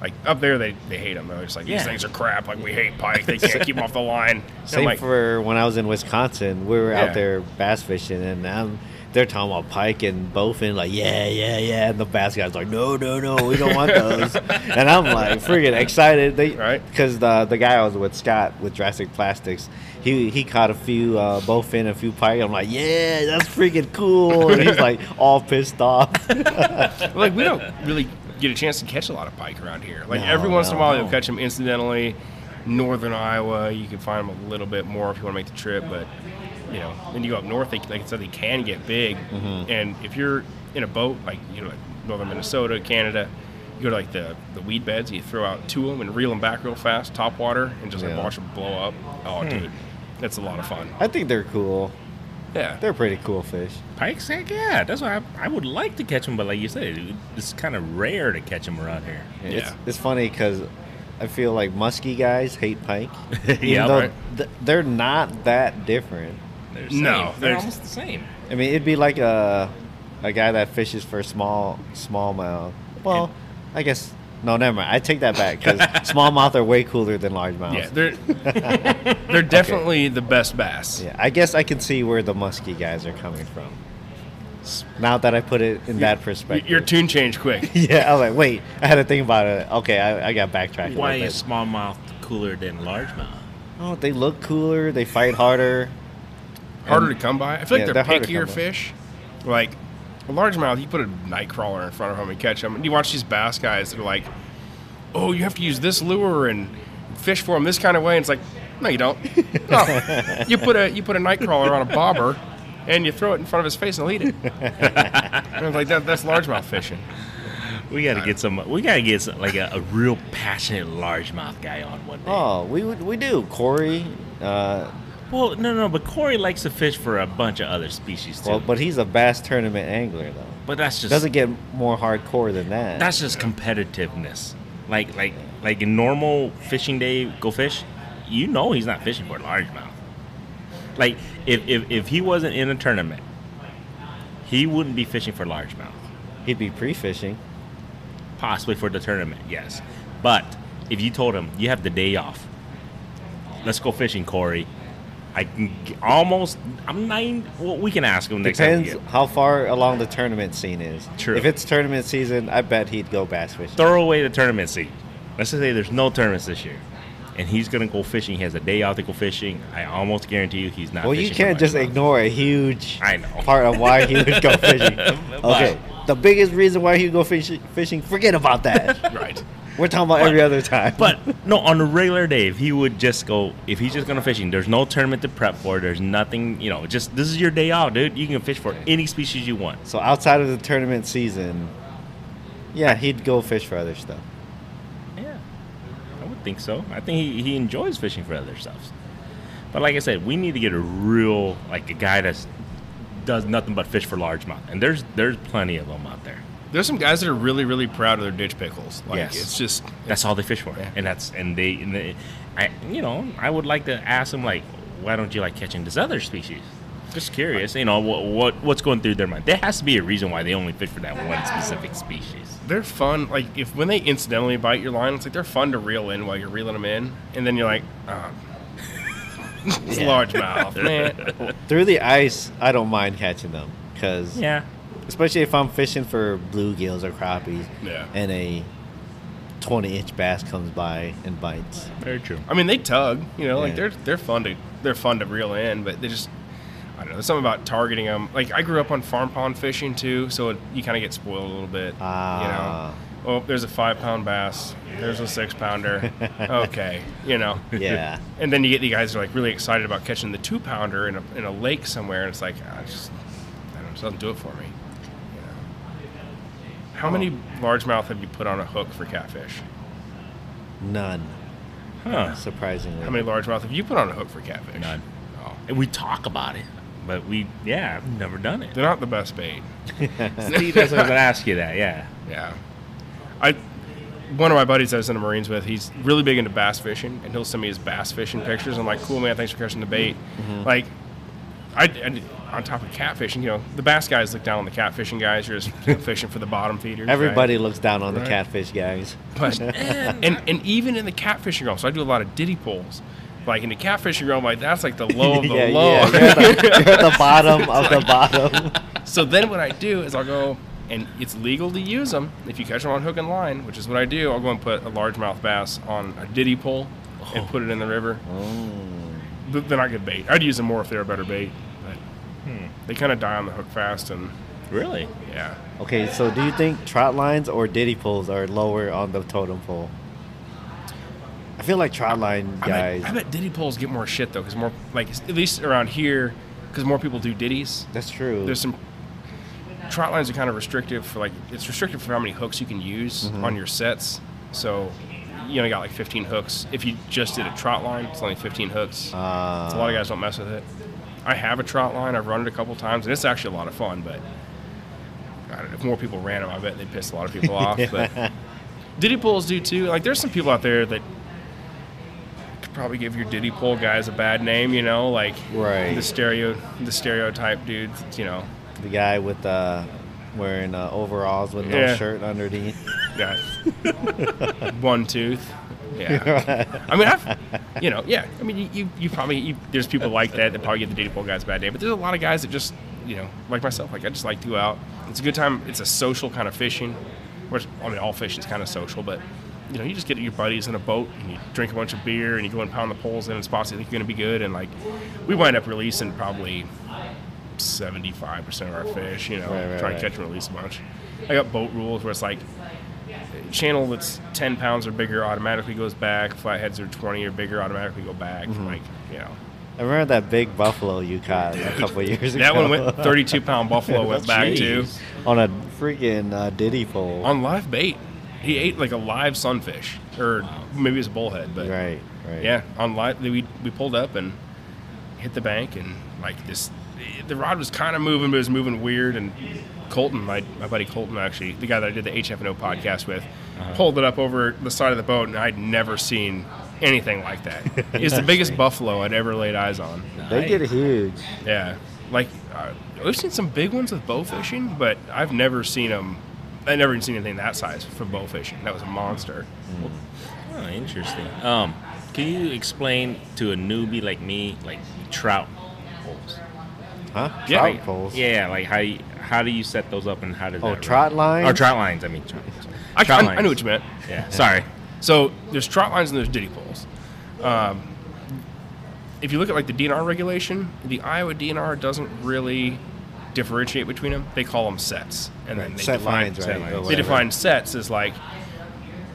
Like up there, they, they hate them. They're just like
Yeah.
these things are crap. Like we hate pike. They can't keep 'em off the line. And I'm
Same
like,
for when I was in Wisconsin. We were
Yeah.
out there bass fishing, and now they're talking about pike and bowfin. Like, yeah, yeah, yeah. And the bass guy's like, no, no, no, we don't want those. and I'm like, freaking excited. They,
Right.
Because the the guy I was with, Scott, with Jurassic Plastics, he he caught a few uh, bowfin, a few pike. I'm like, yeah, that's freaking cool. And he's like all pissed off.
Well, like we don't really get a chance to catch a lot of pike around here. Like
No,
every once in a
no,
while,
no.
you'll catch them incidentally. Northern Iowa, you can find them a little bit more if you want to make the trip, but you know, when you go up north, they, like I said, they can get big.
Mm-hmm.
And if you're in a boat, like you know, like northern Minnesota, Canada, you go to like the, the weed beds, you throw out two of them and reel them back real fast, top water, and just like
Yeah. Hmm.
watch them blow up. Oh, dude, that's a lot of fun.
I think they're cool.
Yeah,
They're pretty cool fish.
Pikes, heck yeah. That's why I, I would like to catch them, but like you said, it- it's kind of rare to catch them around here.
It's,
Yeah.
it's funny because I feel like musky guys hate pike. even
Yeah,
though
right.
th- they're not that different.
They're
No,
same. they're
there's-
almost the same.
I mean, it'd be like a a guy that fishes for small smallmouth. Well, I guess no, never mind. I take that back because smallmouth are way cooler than largemouth.
yeah, they're they're definitely the best bass.
Yeah, I guess I can see where the musky guys are coming from. Now that I put it in that perspective,
Your tune changed quick.
yeah, I'm like, wait, I had to think about it. Okay, I, I got backtracked. a
Why
little
is
bit.
smallmouth cooler than largemouth?
Oh, they look cooler. They fight harder.
harder
And-
to come by. I feel like
yeah,
they're,
they're harder to
pickier
come by.
fish. Like a largemouth, you put a nightcrawler in front of them and catch them. And you watch these bass guys that are like, "Oh, you have to use this lure and fish for them this kind of way." And it's like, no, you don't. No, you put a you put a nightcrawler on a bobber, and you throw it in front of his face and he'll eat it. and I'm like, that, that's largemouth fishing.
We gotta get some. We gotta get some, like
Like a, a real passionate largemouth guy on one day.
Oh, we would- we do Corey. Uh,
Well, no, no, but Corey likes to fish for a bunch of other species too.
well, but he's a bass tournament angler though.
but that's just
Doesn't get more hardcore than that.
that's just competitiveness.
like like like a normal fishing day. Go fish. You know he's not fishing for largemouth. Like if if, if he wasn't in a tournament, he wouldn't be fishing for largemouth.
He'd be pre-fishing.
possibly for the tournament, yes. But if you told him you have the day off, let's go fishing, Corey. I can g- almost. I'm nine. Well, we can ask him next
Depends
time. we get-
how far along the tournament scene is.
True.
If it's tournament season, I bet he'd go bass fishing.
Throw away the tournament seat. Let's just say there's no tournaments this year, and he's gonna go fishing. He has a day off to go fishing. I almost guarantee you he's not.
well, you
fishing for
can't just
largemouth.
ignore a huge
I know.
part of why he would go fishing. Okay, the biggest reason why he would go fishing, fishing forget about that.
Right.
We're talking about every other time.
But no, on a regular day, if he would just go, if he's just gonna fishing, there's no tournament to prep for. There's nothing, you know. Just this is your day off, dude. You can fish for any species you want.
so outside of the tournament season, yeah, he'd go fish for other stuff.
Yeah, I would think so. I think he, he enjoys fishing for other stuff. But like I said, we need to get a real like a guy that's does nothing but fish for largemouth, and there's there's plenty of them out there.
There's some guys that are really really proud of their ditch pickles. Like
Yes.
it's just
That's all they fish for,
Yeah.
and that's and they and they, I you know I would like to ask them like, why don't you like catching this other species? Just curious, you know what what what's going through their mind. There has to be a reason why they only fish for that one specific species.
they're fun. Like if when they incidentally bite your line, it's like they're fun to reel in while you're reeling them in, and then you're like, oh. it's largemouth, man.
Through the ice, I don't mind catching them because,
Yeah,
especially if I'm fishing for bluegills or crappies,
Yeah.
and a 20 inch bass comes by and bites.
very true.
I mean, they tug, you know, like
Yeah.
they're they're fun to they're fun to reel in, but they just I don't know. There's something about targeting them. Like I grew up on farm pond fishing too, so it, you kind of get spoiled a little bit.
Ah.
You know, oh, there's a five pound bass. There's a six pounder. okay, you know.
Yeah.
And then you get the guys who are like really excited about catching the two pounder in a, in a lake somewhere, and it's like, I just, I don't know, it doesn't do it for me. You know? How many largemouth have you put on a hook for catfish?
None,
Huh.
surprisingly.
How many largemouth have you put on a hook for catfish?
None.
Oh,
And we talk about it, but we yeah, I've never done it.
they're not the best bait.
See, that's what I was gonna ask you that. Yeah.
Yeah. I one of my buddies I was in the Marines with, he's really big into bass fishing, and he'll send me his bass fishing pictures. I'm like, cool man, thanks for catching the bait.
Mm-hmm.
Like, I, I- on top of catfishing, you know, the bass guys look down on the catfishing guys. You're just fishing for the bottom feeders. right?
Everybody looks down on
Right.
the catfish guys.
But, and and even in the catfishing realm, so I do a lot of diddy pulls. Like in the catfishing realm, like that's like the low of Oh, the
yeah,
low.
yeah. You're at the, you're at the bottom of the bottom.
So then what I do is I'll go and it's legal to use them if you catch them on hook and line, which is what I do. I'll go and put a largemouth bass on a diddy pole and put it in the river. Th- They're not good bait. I'd use them more if they were better bait, but they kind of die on the hook fast and
Really?
yeah.
Okay, so do you think trot lines or diddy poles are lower on the totem pole? I feel like trot line
I bet,
guys.
I bet diddy poles get more shit though, because more like at least around here, because more people do ditties.
that's true.
There's some trot lines are kind of restrictive for like it's restricted for how many hooks you can use
Mm-hmm.
on your sets. So you only got like 15 hooks. If you just did a trot line, it's only 15 hooks.
Ah.
a lot of guys don't mess with it. I have a trot line. I've run it a couple times, and it's actually a lot of fun. But I don't know, if more people ran them, I bet they'd piss a lot of people off. But diddy pulls do too. Like there's some people out there that could probably give your diddy pull guys a bad name. You know, like
Right.
the stereo, the stereotype dudes. You know,
the guy with uh, wearing uh, overalls with no
Yeah.
shirt underneath.
Yeah. One tooth. Yeah. I mean, I've, you know, yeah. I mean, you, you, you probably, you, there's people like that that probably get the data pool guys a bad day, but there's a lot of guys that just you know, like myself, like I just like to go out. It's a good time. It's a social kind of fishing. Which, I mean, all fishing's kind of social, but you know, you just get your buddies in a boat and you drink a bunch of beer and you go and pound the poles in and spots you think you're going to be good. And like, we wind up releasing probably 75% of our fish, you know,
Right, right, right.
try and catch and release a bunch. I got boat rules where it's like channel that's 10 pounds or bigger automatically goes back, flatheads are 20 or bigger automatically go back. Like, you know,
I remember that big buffalo you caught a couple years ago.
that one went 32 pound buffalo went back to
Jeez.
on a freaking uh, diddy pole.
on live bait. He ate like a live sunfish or maybe it was a bullhead, but
right, right.
yeah, on live, we, we pulled up and hit the bank and like this, the rod was kind of moving, but it was moving weird. And Colton, my, my buddy Colton, actually, the guy that I did the HFNO podcast with, pulled it up over the side of the boat and I'd never seen anything like that. it's the biggest buffalo I'd ever laid eyes on.
They get huge.
Yeah, like uh, we've seen some big ones with bow fishing, but I've never seen them. I never even seen anything that size for bow fishing. That was a monster.
Oh, interesting. Um, can you explain to a newbie like me, like trout poles?
Huh?
Yeah.
Trout poles.
Yeah, like how you, how do you set those up and how does
Oh,
that
trout lines?
Or trout lines? I mean, trout, sorry.
I,
trout
I, I knew what you meant.
Yeah, sorry.
So there's trout lines and there's ditty poles. Um, if you look at like the DNR regulation, the Iowa DNR doesn't really differentiate between them. They call them sets, and then they
Set
define
lines, right?
set
or
lines. They
They
whatever.
define sets as like,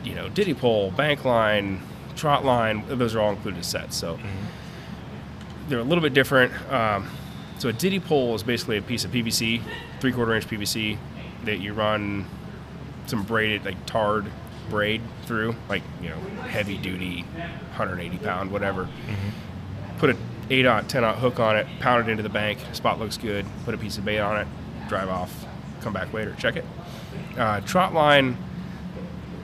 you know, diddy pole, bank line, trot line. Those are all included as sets. So they're a little bit different. Um, so a diddy pole is basically a piece of PVC, three quarter inch PVC that you run some braided, like tarred braid through, like you know, heavy duty, 180 pound, whatever. Put a eight aught, ten aught hook on it, pound it into the bank. Spot looks good. Put a piece of bait on it, drive off, come back later, check it. Uh, trot line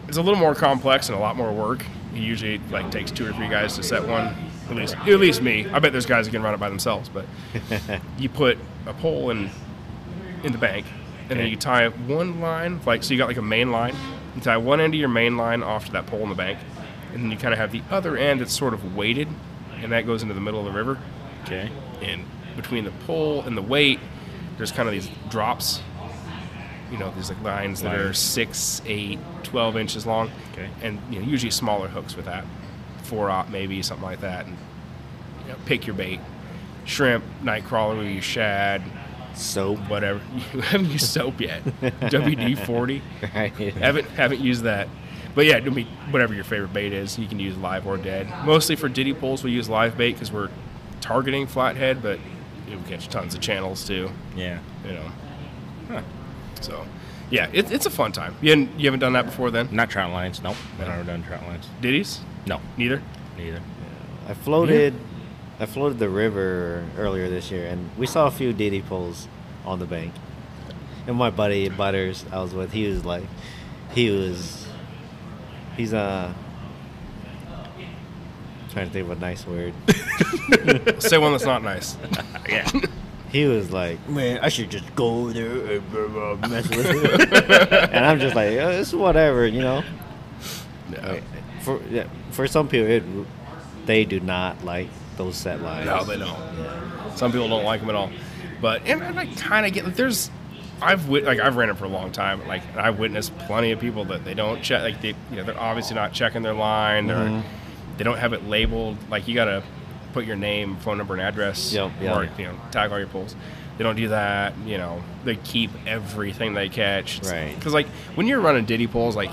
is a little more complex and a lot more work. It usually like takes two or three guys to set one. At least, at least me. I bet there's guys that can run it by themselves, but you put a pole in in the bank, and then you tie one line, like so you got like a main line. You tie one end of your main line off to that pole in the bank, and then you kind of have the other end that's sort of weighted, and that goes into the middle of the river.
Okay.
And between the pole and the weight, there's kind of these drops. You know, these like lines that are
Lines.
six, eight, 12 inches long,
Okay.
and you know, usually smaller hooks with that, four aught maybe something like that, and you know, pick your bait, shrimp, night crawler, you shad,
Soap.
whatever. You haven't used soap yet. WD forty.
Right.
Haven't haven't used that. But yeah, I mean, whatever your favorite bait is, you can use live or dead. Mostly for diddy poles, we use live bait because we're targeting flathead, but you know, we catch tons of channels too.
Yeah.
You know. So, yeah, it, it's a fun time. You haven't, you haven't done that before then?
Not trout lines. Nope. I've never done trout lines.
Diddies?
No,
Neither.
neither.
I floated. I floated the river earlier this year, and we saw a few diddy poles on the bank. And my buddy Butters, I was with, he was like, he was, he's uh, trying to think of a nice word.
Say one that's not nice.
Yeah.
He was like, man, I should just go there and blah, blah, blah, mess with it. and I'm just like, "Oh, it's whatever, you know.
No,
For yeah, for some people, it, they do not like those set lines.
no they don't.
Yeah.
Some people don't like them at all, but and I like, kind of get like, there's. I've wit- like I've ran it for a long time. Like and I've witnessed plenty of people that they don't check. Like they, you know, they're obviously not checking their line. They're,
Mm-hmm.
they don't have it labeled. Like you gotta put your name, phone number, and address.
Yep, yeah.
Or you know, tag all your pulls. They don't do that. You know, they keep everything they catch.
Right.
Because like when you're running diddy pulls, like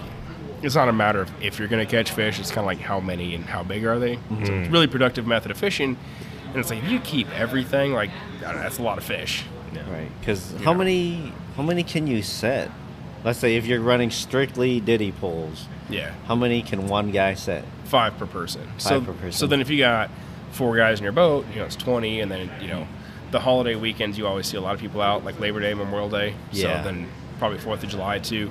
it's not a matter of if you're going to catch fish. It's kind of like how many and how big are they. So it's a really productive method of fishing. And it's like if you keep everything, like I don't know, that's a lot of fish.
Right. Because how many how many can you set? Let's say if you're running strictly diddy poles,
Yeah,
how many can one guy set?
five per person. so,
per person.
So then if you got four guys in your boat, you know it's twenty, and then you know the holiday weekends you always see a lot of people out, like Labor Day, Memorial Day.
Yeah.
So then probably Fourth of July too.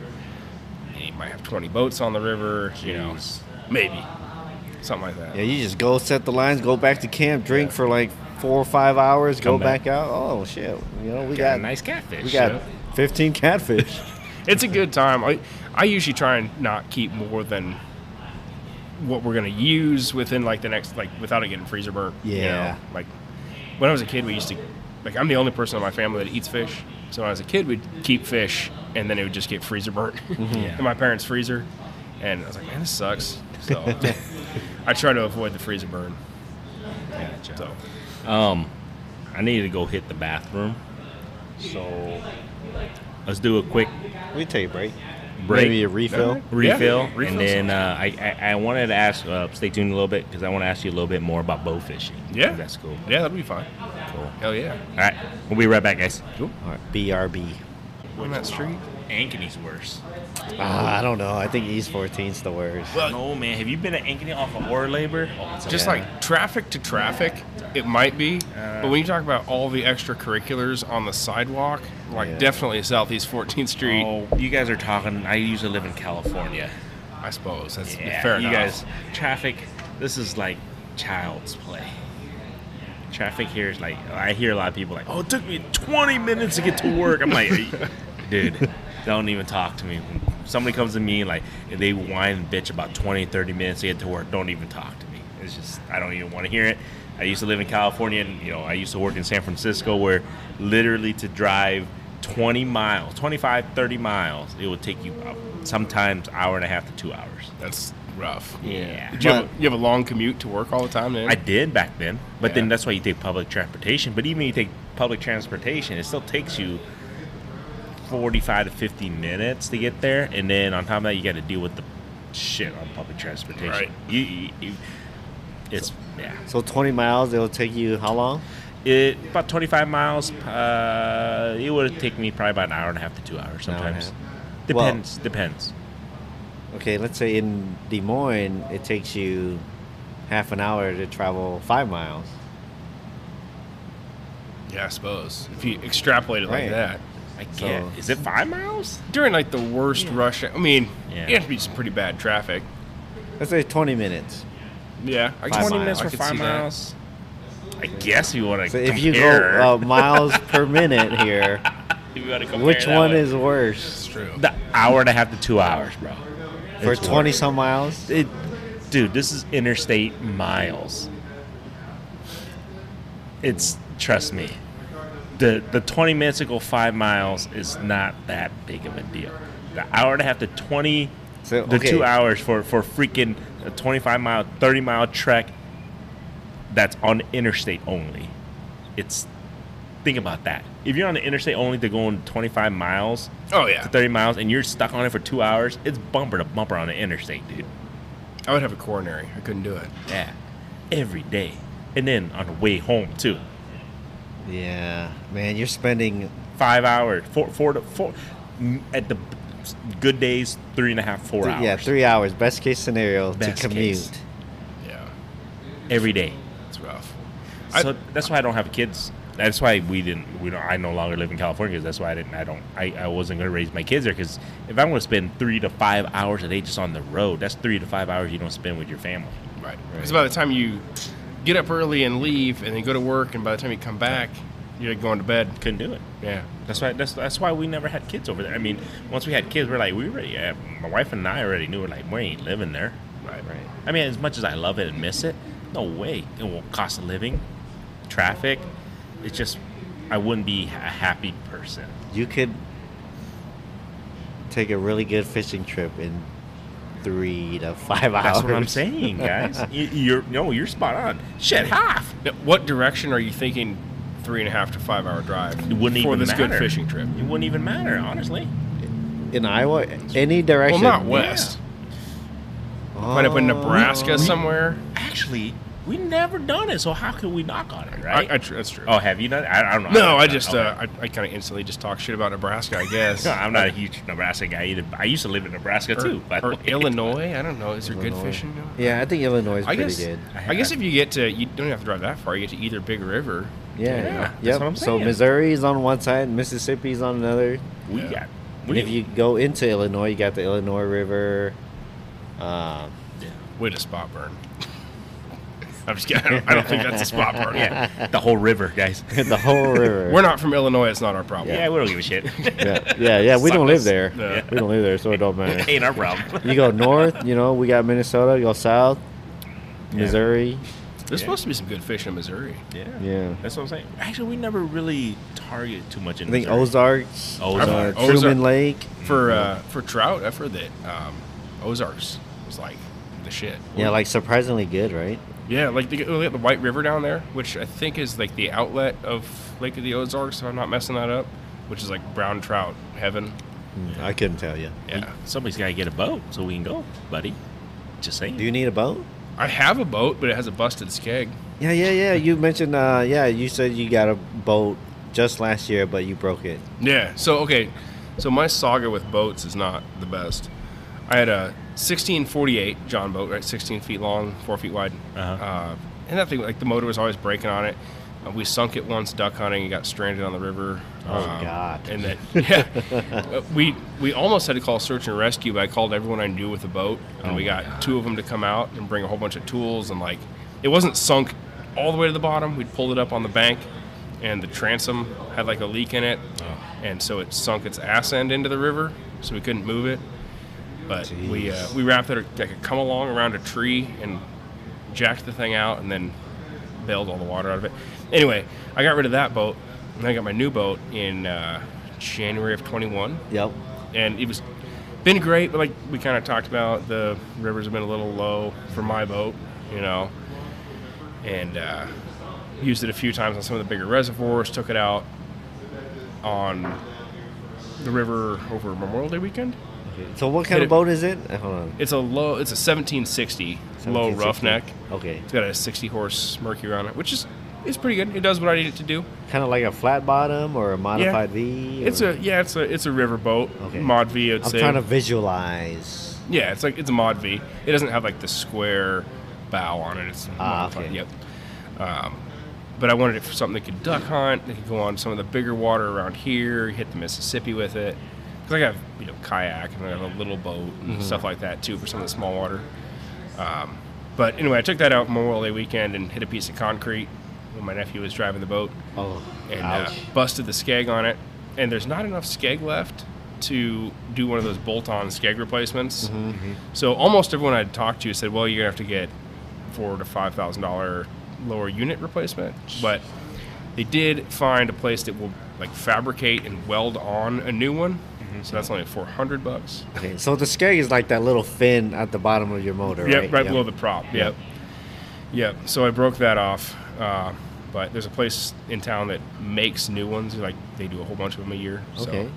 And you might have twenty boats on the river. You know, maybe something like that.
Yeah, you just go set the lines, go back to camp, drink for like four or five hours, go
Come back.
back. out. Oh shit! You know we
Got
got,
a nice catfish.
we got
so-
fifteen catfish.
it's a good time. I, I usually try and not keep more than what we're gonna use within like the next like without it getting freezer burnt. you know?
Yeah.
Like when I was a kid, we used to Like I'm the only person in my family that eats fish. So when I was a kid, we'd keep fish, and then it would just get freezer burnt in my parents' freezer. And I was like, man, this sucks. So I try to avoid the freezer burn. So
Um, I need to go hit the bathroom. So let's do a quick
We take a break.
break.
Maybe a refill.
refill,
Yeah, refill's
and then uh, I, I I wanted to ask. Uh, stay tuned a little bit because I want to ask you a little bit more about bow fishing.
yeah,
that's cool.
Yeah, that'll be fine.
Cool.
Hell yeah.
All right, we'll be right back, guys.
All right, BRB.
On that street.
Ankony's worse.
Ah, I don't know. I think East 14's the worst.
no man, have you been to Ankeny off of Or Labor? Oh, it's
Just
Yeah.
like traffic to traffic, it might be.
Uh,
but when you talk about all the extracurriculars on the sidewalk, like
Yeah.
definitely Southeast 14th Street,
Oh, you guys are talking. I used to live in California.
I suppose that's
Yeah,
fair
you
enough.
guys, traffic. This is like child's play. Traffic here is like I hear a lot of people like, "Oh, it took me 20 minutes to get to work." I'm like, "Dude, don't even talk to me." When somebody comes to me like and they whine and bitch about 20, 30 minutes to get to work. Don't even talk to me. It's just I don't even want to hear it. I used to live in California, and you know, I used to work in San Francisco, where literally to drive 20 miles, 25, 30 miles, it would take you uh, sometimes hour and a half to two hours.
That's rough.
Yeah.
Did you, have, you have a long commute to work all the time, then?
I did back then, but then
Yeah.
that's why you take public transportation. But even if you take public transportation, it still takes you 45 to 50 minutes to get there. And then on top of that, you got to deal with the shit on public transportation.
Right.
You, you, you- it's, yeah.
So 20 miles, it'll take you how long?
It, about 25 miles, uh, it would have taken me probably about an hour and a half to two hours
An hour and a
sometimes.
half. Well-
Depends. depends.
Okay, let's say in Des Moines, it takes you half an hour to travel five miles.
Yeah, I suppose. If you extrapolate it like
Right.
that.
I
So-
can't. Is it five miles?
During like the worst rush, I mean,
Yeah.
it has to be some pretty bad traffic.
Let's say 20 minutes.
Yeah, I can-
20
20 minutes
I
for
could
five
see that.
miles? I guess you want to
So
compare.
if you go uh, miles per minute here,
If you wanna compare
which
that
one is worse?
It's true.
the hour and a half to two hours, bro?
For
It's
20
worth
some miles?
It, dude, this is interstate miles. It's trust me, the the twenty minutes to go five miles is not that big of a deal. The hour and a half to twenty,
So,
the
okay.
two hours for for freaking a twenty five mile, thirty mile trek. That's on interstate only. It's think about that. If you're on the interstate only, they're going twenty five miles
Oh yeah,
to 30 miles and you're stuck on it for two hours, it's bumper to bumper on the interstate, dude.
I would have a coronary. I couldn't do it.
Yeah. Every day. And then on the way home, too.
Yeah, man, you're spending.
Five hours, four, four to four. m- At the good days, three and a half, four hours.
Yeah, three hours. Best case scenario
Best
to commute.
case.
Yeah,
Every day.
it's rough. I-
So that's why I don't have kids. That's why we didn't. We don't. I no longer live in California because that's why I didn't. I don't. I, I wasn't going to raise my kids there because if I'm going to spend three to five hours a day just on the road, that's three to five hours you don't spend with your family.
Right. Because by the time you get up early and leave, and then go to work, and by the time you come back, you're going to bed.
Couldn't do it.
Yeah.
That's why. That's that's why we never had kids over there. I mean, once we had kids, we're like, we already. Uh, my wife and I already knew. We're like, we ain't living there.
Right.
Right.
I mean, as much as I love it and miss it, no way. It will cost a living, traffic. It's just, I wouldn't be a happy person.
You could take a really good fishing trip in three to five hours.
That's what I'm saying, guys. You- you're no, you're spot on. Shit, half.
Now, what direction are you thinking? Three and a half to five hour drive
It wouldn't
for
even
this
matter.
good fishing trip.
It wouldn't even matter, honestly.
In Iowa, any direction. Oh.
well, not west. Might have been Nebraska somewhere.
Actually, we never done it, so how can we knock on it, right?
I, I, tr- that's true.
oh, have you done? it? I, I don't know.
No, I
haven't done it.
just
Okay.
uh, I, I kind of instantly just talk shit about Nebraska. I guess
No, I'm not a huge Nebraska guy either. but I used to live in Nebraska
or,
too. By the
or
way.
Illinois. I don't know. Is there good
Illinois.
fishing? Now?
Yeah, I think Illinois is
I
pretty
guess.
good.
I-
I guess if you get to, you don't have to drive that far. You get to either Big River.
Yeah,
Yeah, that's
yep.
what I'm
So
saying.
Missouri is on one side, Mississippi is on another.
we
Yeah.
got.
And
We,
if you go into Illinois, you got the Illinois River. Uh,
Wait a spot burn. I'm just kidding. I don't, I don't think that's a spot burn.
yeah, the whole river, guys.
the whole river.
We're not from Illinois. It's not our problem.
yeah, we don't give a shit.
Yeah, yeah, yeah, we don't live
Suckers.
there.
Yeah.
We don't live there, so it don't matter.
Ain't our problem.
You go north, you know, we got Minnesota. You go south,
Yeah.
Missouri.
There's supposed to be some good fish in Missouri.
Yeah.
Yeah.
That's what I'm saying. Actually, we never really targeted too much in
I think
Missouri.
Ozarks,
Ozark.
Uh, Truman
Ozark.
Lake.
For uh, for trout, I've heard that um, Ozarks was like the shit.
Yeah, like surprisingly good, right?
Yeah, like they got they got the White River down there, which I think is like the outlet of Lake of the Ozarks, if I'm not messing that up, which is like brown trout heaven.
I couldn't tell you.
Yeah.
Somebody's got to get a boat so we can go, buddy. Just saying.
Do you need a boat?
I have a boat, but it has a busted skeg.
Yeah, yeah, yeah. You mentioned, uh, yeah, you said you got a boat just last year, but you broke it.
Yeah. So okay, so my saga with boats is not the best. I had a 1648 John boat, right, 16 feet long, four feet wide, uh and that thing like the motor was always breaking on it. Uh, we sunk it once duck hunting and got stranded on the river. Oh
God.
And that yeah, Uh, we we almost had to call search and rescue, but I called everyone I knew with a boat, and we got two of them to come out and bring a whole bunch of tools and like it wasn't sunk all the way to the bottom. We'd pulled it up on the bank, and the transom had like a leak in it, and so it sunk its ass end into the river, so we couldn't move it. But we uh,
Jeez.
we wrapped it like a come along around a tree and jacked the thing out, and then bailed all the water out of it. Anyway, I got rid of that boat, and I got my new boat in uh, January of 21
Yep.
and it was been great. But like we kind of talked about, the rivers have been a little low for my boat, you know, and uh, used it a few times on some of the bigger reservoirs. Took it out on the river over Memorial Day weekend.
So what kind
Hit
of
it.
boat is it? Uh, Hold on.
It's a low. It's a 1760 low
1760.
roughneck.
Okay.
It's got a 60 horse Mercury on it, which is it's pretty good. It does what I need it to do.
Kind of like a flat bottom or a modified V?
It's
or-
a yeah. It's a it's a river boat.
Okay.
Mod V. I'd
I'm
say.
trying to visualize.
Yeah, it's like it's a mod V. It doesn't have like the square bow on it. It's a
Ah,
modified-
okay.
Yep. Um, but I wanted it for something that could duck hunt. That could go on some of the bigger water around here. Hit the Mississippi with it. Because I got you know kayak and I have a little boat and
Mm-hmm.
stuff like that too for some of the small water. Um, but anyway, I took that out Memorial Day weekend and hit a piece of concrete when my nephew was driving the boat
Oh,
and uh,
ouch.
busted the skeg on it. And there's not enough skeg left to do one of those bolt-on skeg replacements. So almost everyone I'd talked to said, "Well, you're gonna have to get four to five thousand dollar lower unit replacement." But they did find a place that will like fabricate and weld on a new one. So that's only four hundred bucks.
Okay, so the skeg is like that little fin at the bottom of your motor,
Yep,
right?
right, below the prop. Yep. yep. So I broke that off. Uh, but there's a place in town that makes new ones. Like they do a whole bunch of them a year. So
Okay.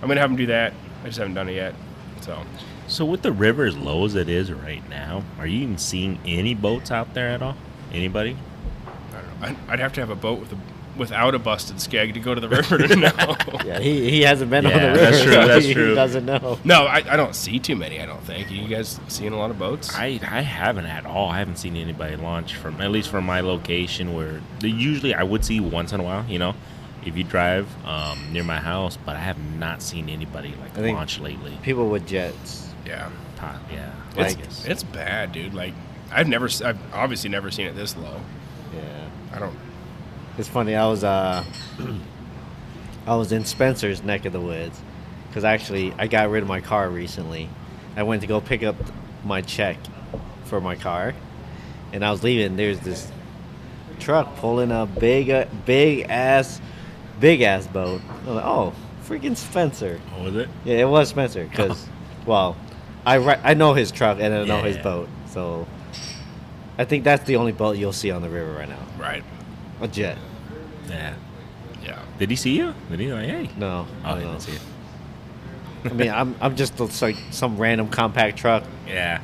I'm gonna have them do that. I just haven't done it yet. So
So with the river as low as it is right now, are you even seeing any boats out there at all? Anybody?
I don't know. I'd, I'd have to have a boat with a without a busted skeg to go to the river to know.
Yeah, he, he hasn't been on the
Yeah,
river.
that's true,
so
that's
he,
true.
doesn't know.
No, I, I don't see too many. I don't think you guys seeing a lot of boats.
I, I haven't at all. I haven't seen anybody launch from at least from my location where they- usually I would see once in a while, you know, if you drive um, near my house, but I have not seen anybody like
I think-
launch lately.
People with jets.
yeah,
Pop, yeah.
It's-
I guess.
it's bad, dude. Like I've never, s- I've obviously never seen it this low.
Yeah.
I don't.
It's funny. I was uh, I was in Spencer's neck of the woods, because actually I got rid of my car recently. I went to go pick up my check for my car, and I was leaving. There's this truck pulling a big, uh, big ass, big ass boat. I'm like, oh, freaking Spencer!
What was it?
Yeah, Oh, it was Spencer. Because, well, I ri- I know his truck and I know his
Yeah.
boat, so I think that's the only boat you'll see on the river right now.
Right.
A jet.
Yeah.
Yeah.
Did he see you? Did he like, hey?
No.
Oh, he
no.
didn't see it.
I mean, I'm, I'm just looks like some random compact truck.
Yeah.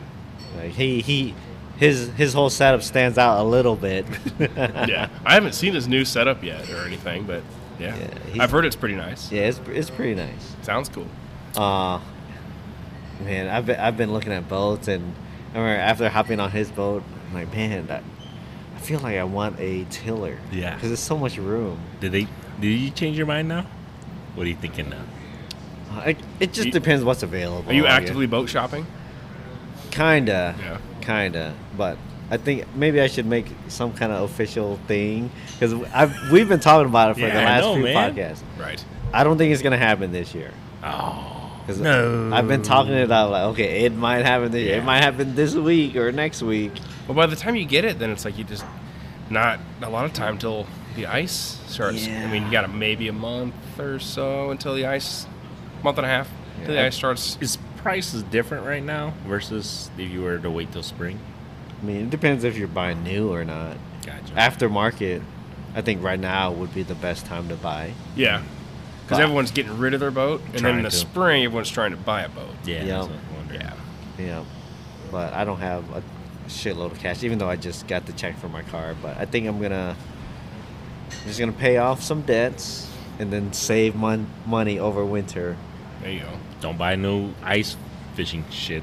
Like he he, his his whole setup stands out a little bit. yeah,
yeah, I haven't seen his new setup yet or anything, but yeah,
Yeah, he's-
I've heard it's pretty nice.
it's it's pretty nice.
Sounds cool.
Uh man, I've been I've been looking at boats, and I remember after hopping on his boat, I'm like, man, I, I feel like I want a tiller.
Yeah.
because there's so much room.
Did they? Did you change your mind now? What are you thinking now?
I, it just
You-
depends what's available.
Are you
I guess.
actively boat shopping?
Kinda.
Yeah.
Kinda. But I think maybe I should make some kind of official thing because I've we've been talking about it for
Yeah,
the
I
last
know,
few
man.
podcasts.
Right.
I don't think it's gonna happen this year.
Oh,
'Cause
No.
I've been talking it out like, okay, it might happen. This, It
Yeah.
might happen this week or next week.
Well, by the time you get it, then it's like you just not a lot of time till the ice starts. I mean, you got a, maybe a month or so until the ice, month and a half, till the
Yeah.
ice starts.
Is prices different right now versus if you were to wait till spring?
I mean, it depends if you're buying new or not.
Gotcha.
Aftermarket, I think right now would be the best time to buy.
Yeah. Because
But-
everyone's getting rid of their boat, and then in
Trying
the
to.
spring, everyone's trying to buy a boat.
yeah.
Yeah.
That's what I'm wondering.
Yeah.
Yeah, but I don't have a shitload of cash, even though I just got the check for my car. But I think I'm gonna I'm just gonna pay off some debts and then save mon- money over winter.
There you go.
Don't buy no ice fishing shit.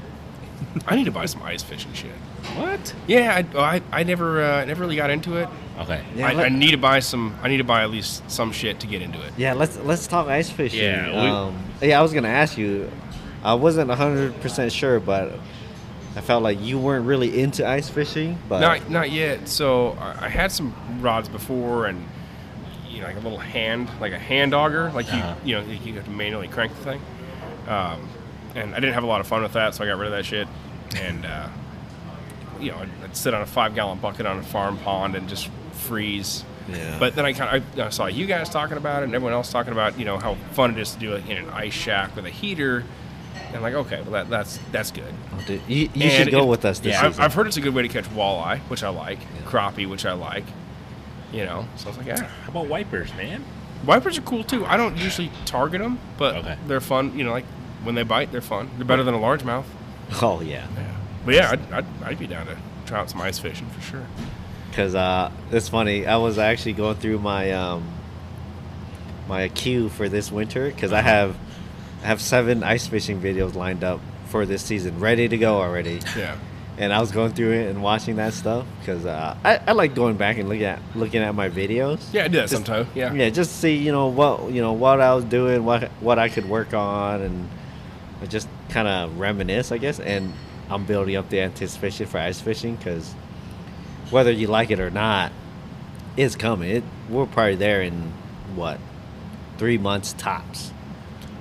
I need to buy some ice fishing shit.
What?
Yeah, I, I, I never uh, never really got into it.
Okay.
Yeah,
I,
let-
I need to buy some. I need to buy at least some shit to get into it.
Yeah, let's let's talk ice fishing.
Yeah, we-
um, yeah. I was gonna ask you. I wasn't 100 percent sure, but I felt like you weren't really into ice fishing. But
Not not yet. So I, I had some rods before, and you know, like a little hand, like a hand auger, like you
Uh-huh.
you know, you have to manually crank the thing. Um, and I didn't have a lot of fun with that, so I got rid of that shit. And uh, you know, I'd, I'd sit on a five gallon bucket on a farm pond and just freeze.
Yeah.
But then I kind of I, I saw you guys talking about it and everyone else talking about you know how fun it is to do it in an ice shack with a heater. And I'm like, okay, well that, that's that's good.
Oh, dude, you, you should
And
go
if-
with us this
yeah, I've,
season.
I've heard it's a good way to catch walleye, which I like, crappie, which I like. You know, so I was like, yeah.
How about wipers, man?
Wipers are cool too. I don't usually target them, but
Okay.
they're fun. You know, like when they bite, they're fun. They're better than a largemouth.
oh yeah.
But yeah, I'd, I'd, I'd be down to try out some ice fishing for sure.
Cause uh, it's funny. I was actually going through my um, my queue for this winter because I have I have seven ice fishing videos lined up for this season, ready to go already.
Yeah.
And I was going through it and watching that stuff because uh, I, I like going back and looking at looking at my videos.
Yeah, I do that
Just-
sometime. Yeah.
yeah, just see you know what you know what I was doing, what what I could work on, and just kind of reminisce, I guess. And I'm building up the anticipation for ice fishing because whether you like it or not, it's coming. It, we're probably there in what three months tops.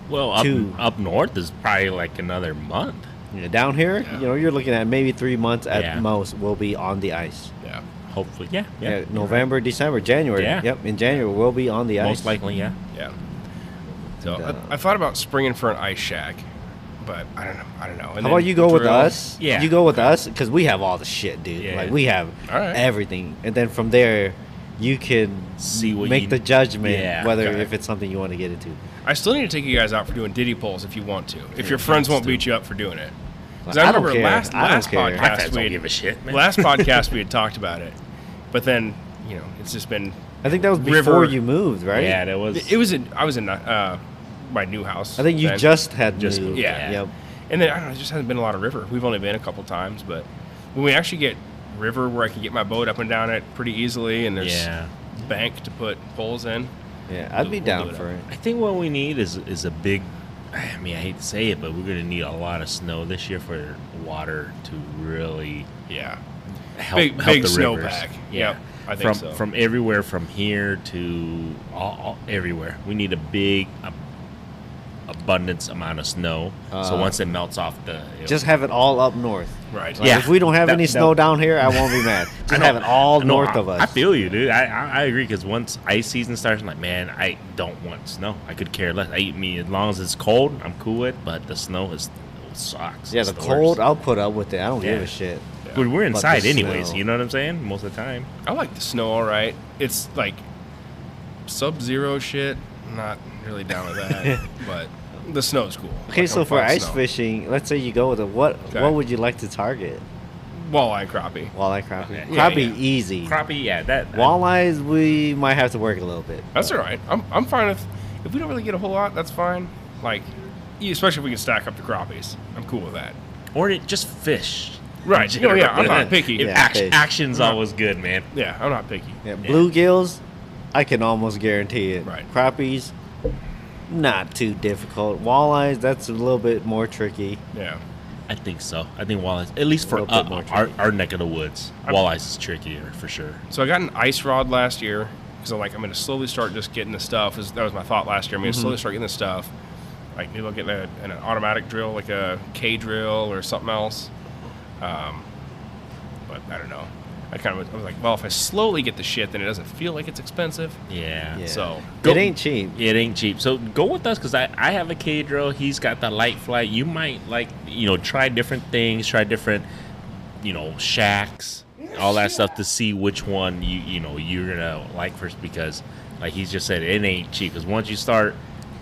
Well, up,
Two.
up north is probably like another month.
You know, down here,
Yeah.
you know, you're looking at maybe three months at
Yeah.
most. We'll be on the ice.
Yeah.
Hopefully, yeah,
Yeah,
yeah.
November, December, January.
Yeah.
Yep, in January we'll be on the ice.
Most likely, yeah.
Yeah. So
And, uh,
I, I thought about springing for an ice shack, but I don't know. I don't know. And
How
then
about you go with
drill-
us?
Yeah.
You go with us because we have all the shit, dude.
Yeah.
Like we have
All right.
everything, and then from there, you can
See what
make
you-
the judgment
Yeah,
whether
okay.
if it's something you want to get into.
I still need to take you guys out for doing diddy pulls if you want to. If your friends won't beat you up for doing it. 'Cause
I
I
don't
remember
care.
last
I don't
last
care. My
My
podcast
fans
we
don't
had-
give a shit, man.
last podcast we had talked about it, but then you know it's just been.
I think that was before
River-
you moved, right?
Yeah, that was.
It was in I was in uh, my new house.
I think you
then.
just had
Just-
moved.
yeah.
Yep.
And then I don't know. It just hasn't been a lot of river. We've only been a couple times, but when we actually get river where I can get my boat up and down it pretty easily, and there's
Yeah.
bank to put poles in.
Yeah. I'd be
We'll
down
do it.
for it.
I think what we need is is a big. I mean, I hate to say it, but we're gonna need a lot of snow this year for water to really
Yeah.
help,
Big-
help
big
the
snow
rivers.
pack.
Yeah,
Yep, I think
from
so.
from everywhere from here to all, all, everywhere. We need a big ab- abundance amount of snow. so
Uh,
once it melts off the it'll-
Just have it all up north.
Right.
Like,
Yeah.
If we don't have
That-
any
that-
snow down here, I won't be mad.
I
Just
know-
have it all
I know,
north
I-
of us.
I feel you, dude. I I, I agree because once ice season starts, I'm like, man, I don't want snow. I could care less. I eat me as long as it's cold, I'm cool with. But the snow is sucks.
Yeah,
It's
the
worst.
cold, I'll put up with it. I don't give
Yeah.
a shit.
But we're
But
inside
the
anyways.
snow.
You know what I'm saying? Most of the time.
I like the snow all right. It's like sub zero shit. Not really down with that, but the snow's cool.
Okay,
Like,
so
I'm
for
fine with
ice
snow.
fishing, let's say you go with it. What
Okay.
what would you like to target?
walleye crappie.
Walleye crappie.
Yeah,
crappie
yeah.
easy.
Crappie, yeah, that.
Walleyes, we might have to work a little bit.
That's all right. I'm, I'm fine with if we don't really get a whole lot. That's fine. Like, e, especially if we can stack up the crappies. I'm cool with that.
or it just fish.
Right. No, yeah, I'm not picky.
If
Yeah,
act-
fish.
action's always good, man.
Yeah, I'm not picky.
Yeah,
Yeah.
bluegills, I can almost guarantee it.
Right.
Crappies, not too difficult. Walleyes, that's a little bit more tricky.
Yeah.
I think so. I think walleyes, at least for
Little bit
uh,
more
our,
tricky.
our neck of the woods,
I'm-
walleyes is trickier for sure.
So I got an ice rod last year because I'm like I'm gonna slowly start just getting the stuff. Is that was my thought last year?
Mm-hmm.
I'm gonna slowly start getting the stuff. Like maybe I'll get a, an automatic drill, like a K drill or something else. Um, but I don't know. I kind of was, I was like, well, if I slowly get the shit, then it doesn't feel like it's expensive.
Yeah.
Yeah.
So
it ain't cheap.
It ain't cheap. So go with us because I, I have a Cadro. He's got the light flight. You might like, you know, try different things, try different, you know, shacks, all that stuff to see which one you, you know, you're going to like first because, like he's just said, it ain't cheap. Because once you start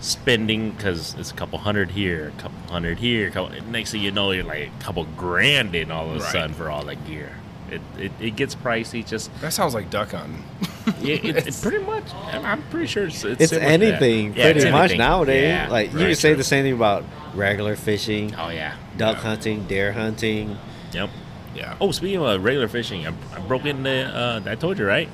spending, because it's a couple hundred here, a couple hundred here, couple, next thing you know, you're like a couple grand in all of a
Right.
sudden for all that gear. It, it, it gets pricey just
that sounds like duck hunting.
yeah, it, it pretty much. I'm, I'm pretty sure it's it's,
It's
similar to that.
anything
Yeah,
pretty
it's
much
anything.
nowadays.
Yeah,
like you
very
can say
true.
the same thing about regular fishing,
Oh yeah.
duck hunting, deer hunting.
Yep.
yeah.
Oh, speaking of regular fishing, I, I broke into. Uh, I told you right.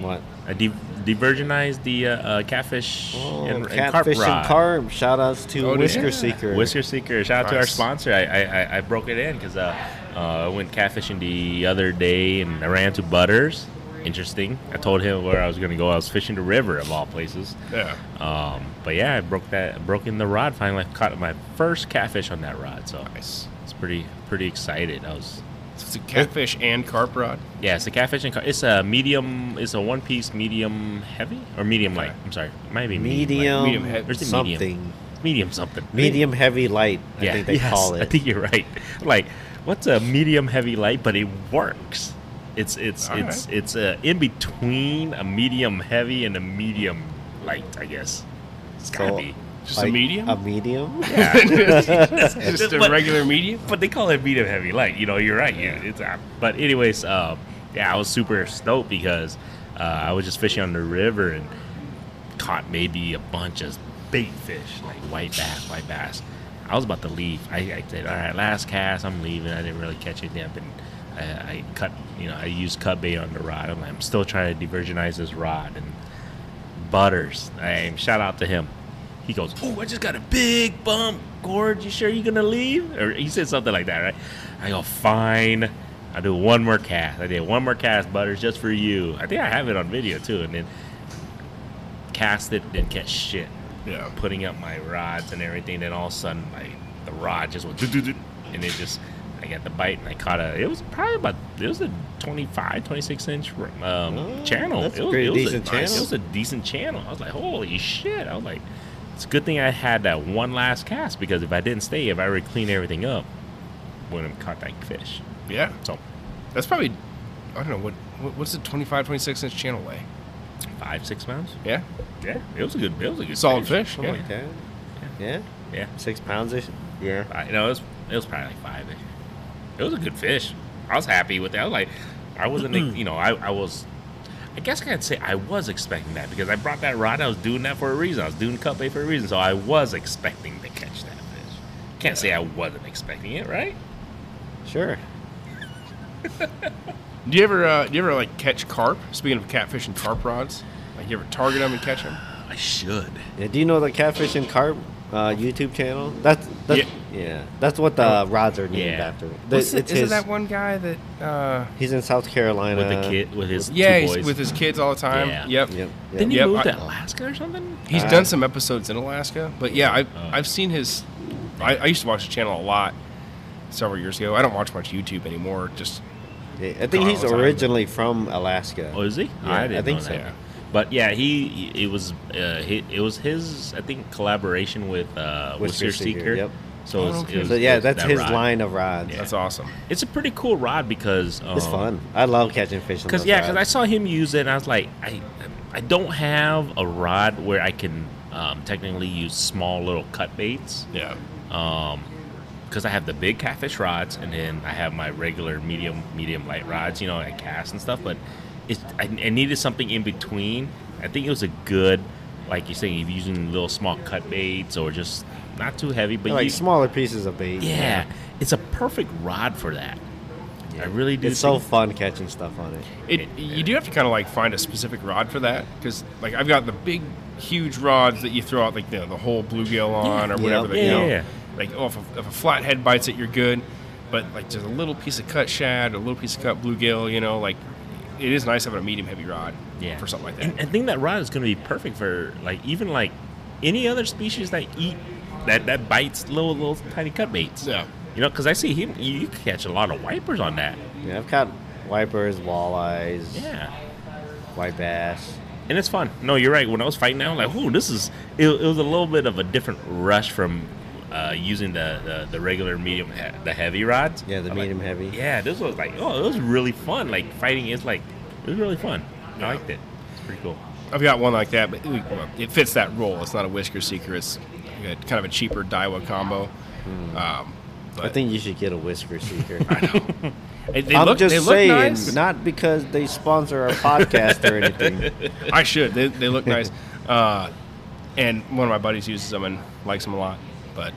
What?
I de- divergenized the uh, uh, catfish
Oh,
and, and carp
catfish
rod.
and carp. Shout outs to
Oh, did
Whisker
you?
Seeker.
Whisker Seeker. Shout out to our
Nice.
sponsor. I I, I, I broke it in because uh, uh, I went catfishing the other day and I ran to Butters. Interesting. I told him where I was going to go. I was fishing the river of all places.
Yeah.
Um, but yeah, I broke that broke in the rod. Finally, I caught my first catfish on that rod. So
Nice.
it's pretty pretty excited. I was
So it's a catfish and carp rod.
yeah, it's a catfish and ca- it's a medium. It's a one piece medium heavy or medium light. I'm sorry, it might be
medium,
medium heavy-
Or is it
something.
medium? light. medium something.
Medium heavy light, I
Yeah,
think they
yes,
call it.
I think you're right. Like, what's a medium heavy light? But it works. It's it's
All
it's it's uh, in between a medium heavy and a medium light. I guess. It's gotta
So-
be.
Just a medium.
A medium?
just a
But-
regular medium.
but they call it medium heavy light. You know, you're right. You, it's uh, but anyways, uh, yeah, I was super stoked because uh, I was just fishing on the river and caught maybe a bunch of big fish like white bass, white bass. I was about to leave. I, I said, "All right, last cast, I'm leaving." I didn't really catch anything. I've been, I, I cut, you know, I used cut bait on the rod. I'm, like, I'm still trying to divergenize this rod and Butters. Hey, shout out to him. He goes, Oh, I just got a big bump. Gord, you sure you're going to leave? Or he said something like that, right? I go, Fine. I do one more cast. I did one more cast, Butters, just for you. I think I have it on video too. And then cast it, didn't catch shit.
Yeah.
Putting up my rods and everything. Then all of a sudden, my, the rod just went, "Doo-doo-doo," and it just, I got the bite and I caught a, it was probably about, it was a 25, 26 inch um, channel.
that's
it
a
was,
pretty
it was
decent
nice-
channel.
It was a decent channel. I was like, holy shit. I was like, it's a good thing I had that one last cast because if I didn't stay, if I were to clean everything up, wouldn't have caught that fish.
Yeah.
So
That's probably. I don't know what. what what's the 25, 26 inch channel weigh?
five, six pounds.
Yeah.
Yeah, it was a good, it was a good
Solid fish.
Something
Yeah.
like that. Yeah.
Yeah,
Six pounds ish? Yeah.
I, you know, it was, it was probably like five. It was a good fish. I was happy with that. I was like, I wasn't, you know, I, I was, I guess I could say I was expecting that because I brought that rod. I was doing that for a reason. I was doing cut bait for a reason. So I was expecting to catch that fish. Can't say I wasn't expecting it, right?
Sure.
Do you ever uh, do you ever like catch carp? Speaking of catfish and carp rods, like you ever target them and catch them?
I should.
Yeah, do you know the catfish and carp uh, YouTube channel? That's, that's yeah. That's what the rods are named
Yeah.
after. The-
What's the-
it's
is it
his-
that one guy that? Uh,
He's in South Carolina.
With the kid, with his two
yeah, he's
boys.
with his kids all the time.
Yeah.
Yep.
Yep.
Didn't he
Yep,
move
I-
to Alaska or something?
He's
Uh,
done some episodes in Alaska, but yeah, I've,
Oh.
I've seen his. I, I used to watch his channel a lot several years ago. I don't watch much YouTube anymore. Just
Yeah, I think he's
Carl Simon.
originally from Alaska.
Oh, is he?
Yeah, I think so.
But yeah, he he- it was uh, he, it was his I think collaboration with uh,
Whisker
Whisker
Seeker,
Seeker.
yep.
So it was,
Okay.
it was-
so
it
yeah,
was
that's
that
his
rod.
line of rods.
Yeah.
that's awesome.
It's a pretty cool rod because um,
It's fun. I love catching fish. on
Because
those
yeah, because I
rods.
saw him use it, and I was like, I I don't have a rod where I can um, technically use small little cut baits.
Yeah.
um because I have the big catfish rods and then I have my regular medium medium light rods, you know, I cast and stuff. But it's I, I needed something in between. I think it was a good, like you're saying, if you're using little small cut baits or just not too heavy, but
They're like
you,
smaller pieces of bait.
yeah, it's a perfect rod for that. I really do.
It's so
think-
fun catching stuff on it.
It, you do have to kind of like find a specific rod for that because like I've got the big, huge rods that you throw out like the, the whole bluegill on or
Yeah.
whatever.
Yeah,
the, you know,
yeah,
Like oh, if a, if a flathead bites it, you're good. But like just a little piece of cut shad, a little piece of cut bluegill, you know, like it is nice having a medium heavy rod
yeah.
for something like that.
And I think that rod is going to be perfect for like even like any other species that eat that that bites little little tiny cut baits.
yeah.
You know, because I see him. You, you can catch a lot of wipers on that.
Yeah, I've caught wipers, walleyes,
Yeah.
white bass.
And it's fun. No, you're right. When I was fighting, I was like, "Ooh, this is." It, it was a little bit of a different rush from uh, using the, the the regular medium, he- the heavy rods.
Yeah, the
I'm like,
medium heavy.
yeah, this was like, oh, it was really fun. Like fighting is like, it was really fun. I liked it. It's pretty cool.
I've got one like that, but we- well, it fits that role. It's not a whisker seeker. It's a- kind of a cheaper Daiwa combo.
Hmm.
Um, but
I think you should get a whisker seeker.
it- they
I'm
look,
just
they look
saying,
nice.
not because they sponsor our podcast or anything.
I should. They, they look nice. Uh, and one of my buddies uses them and likes them a lot. But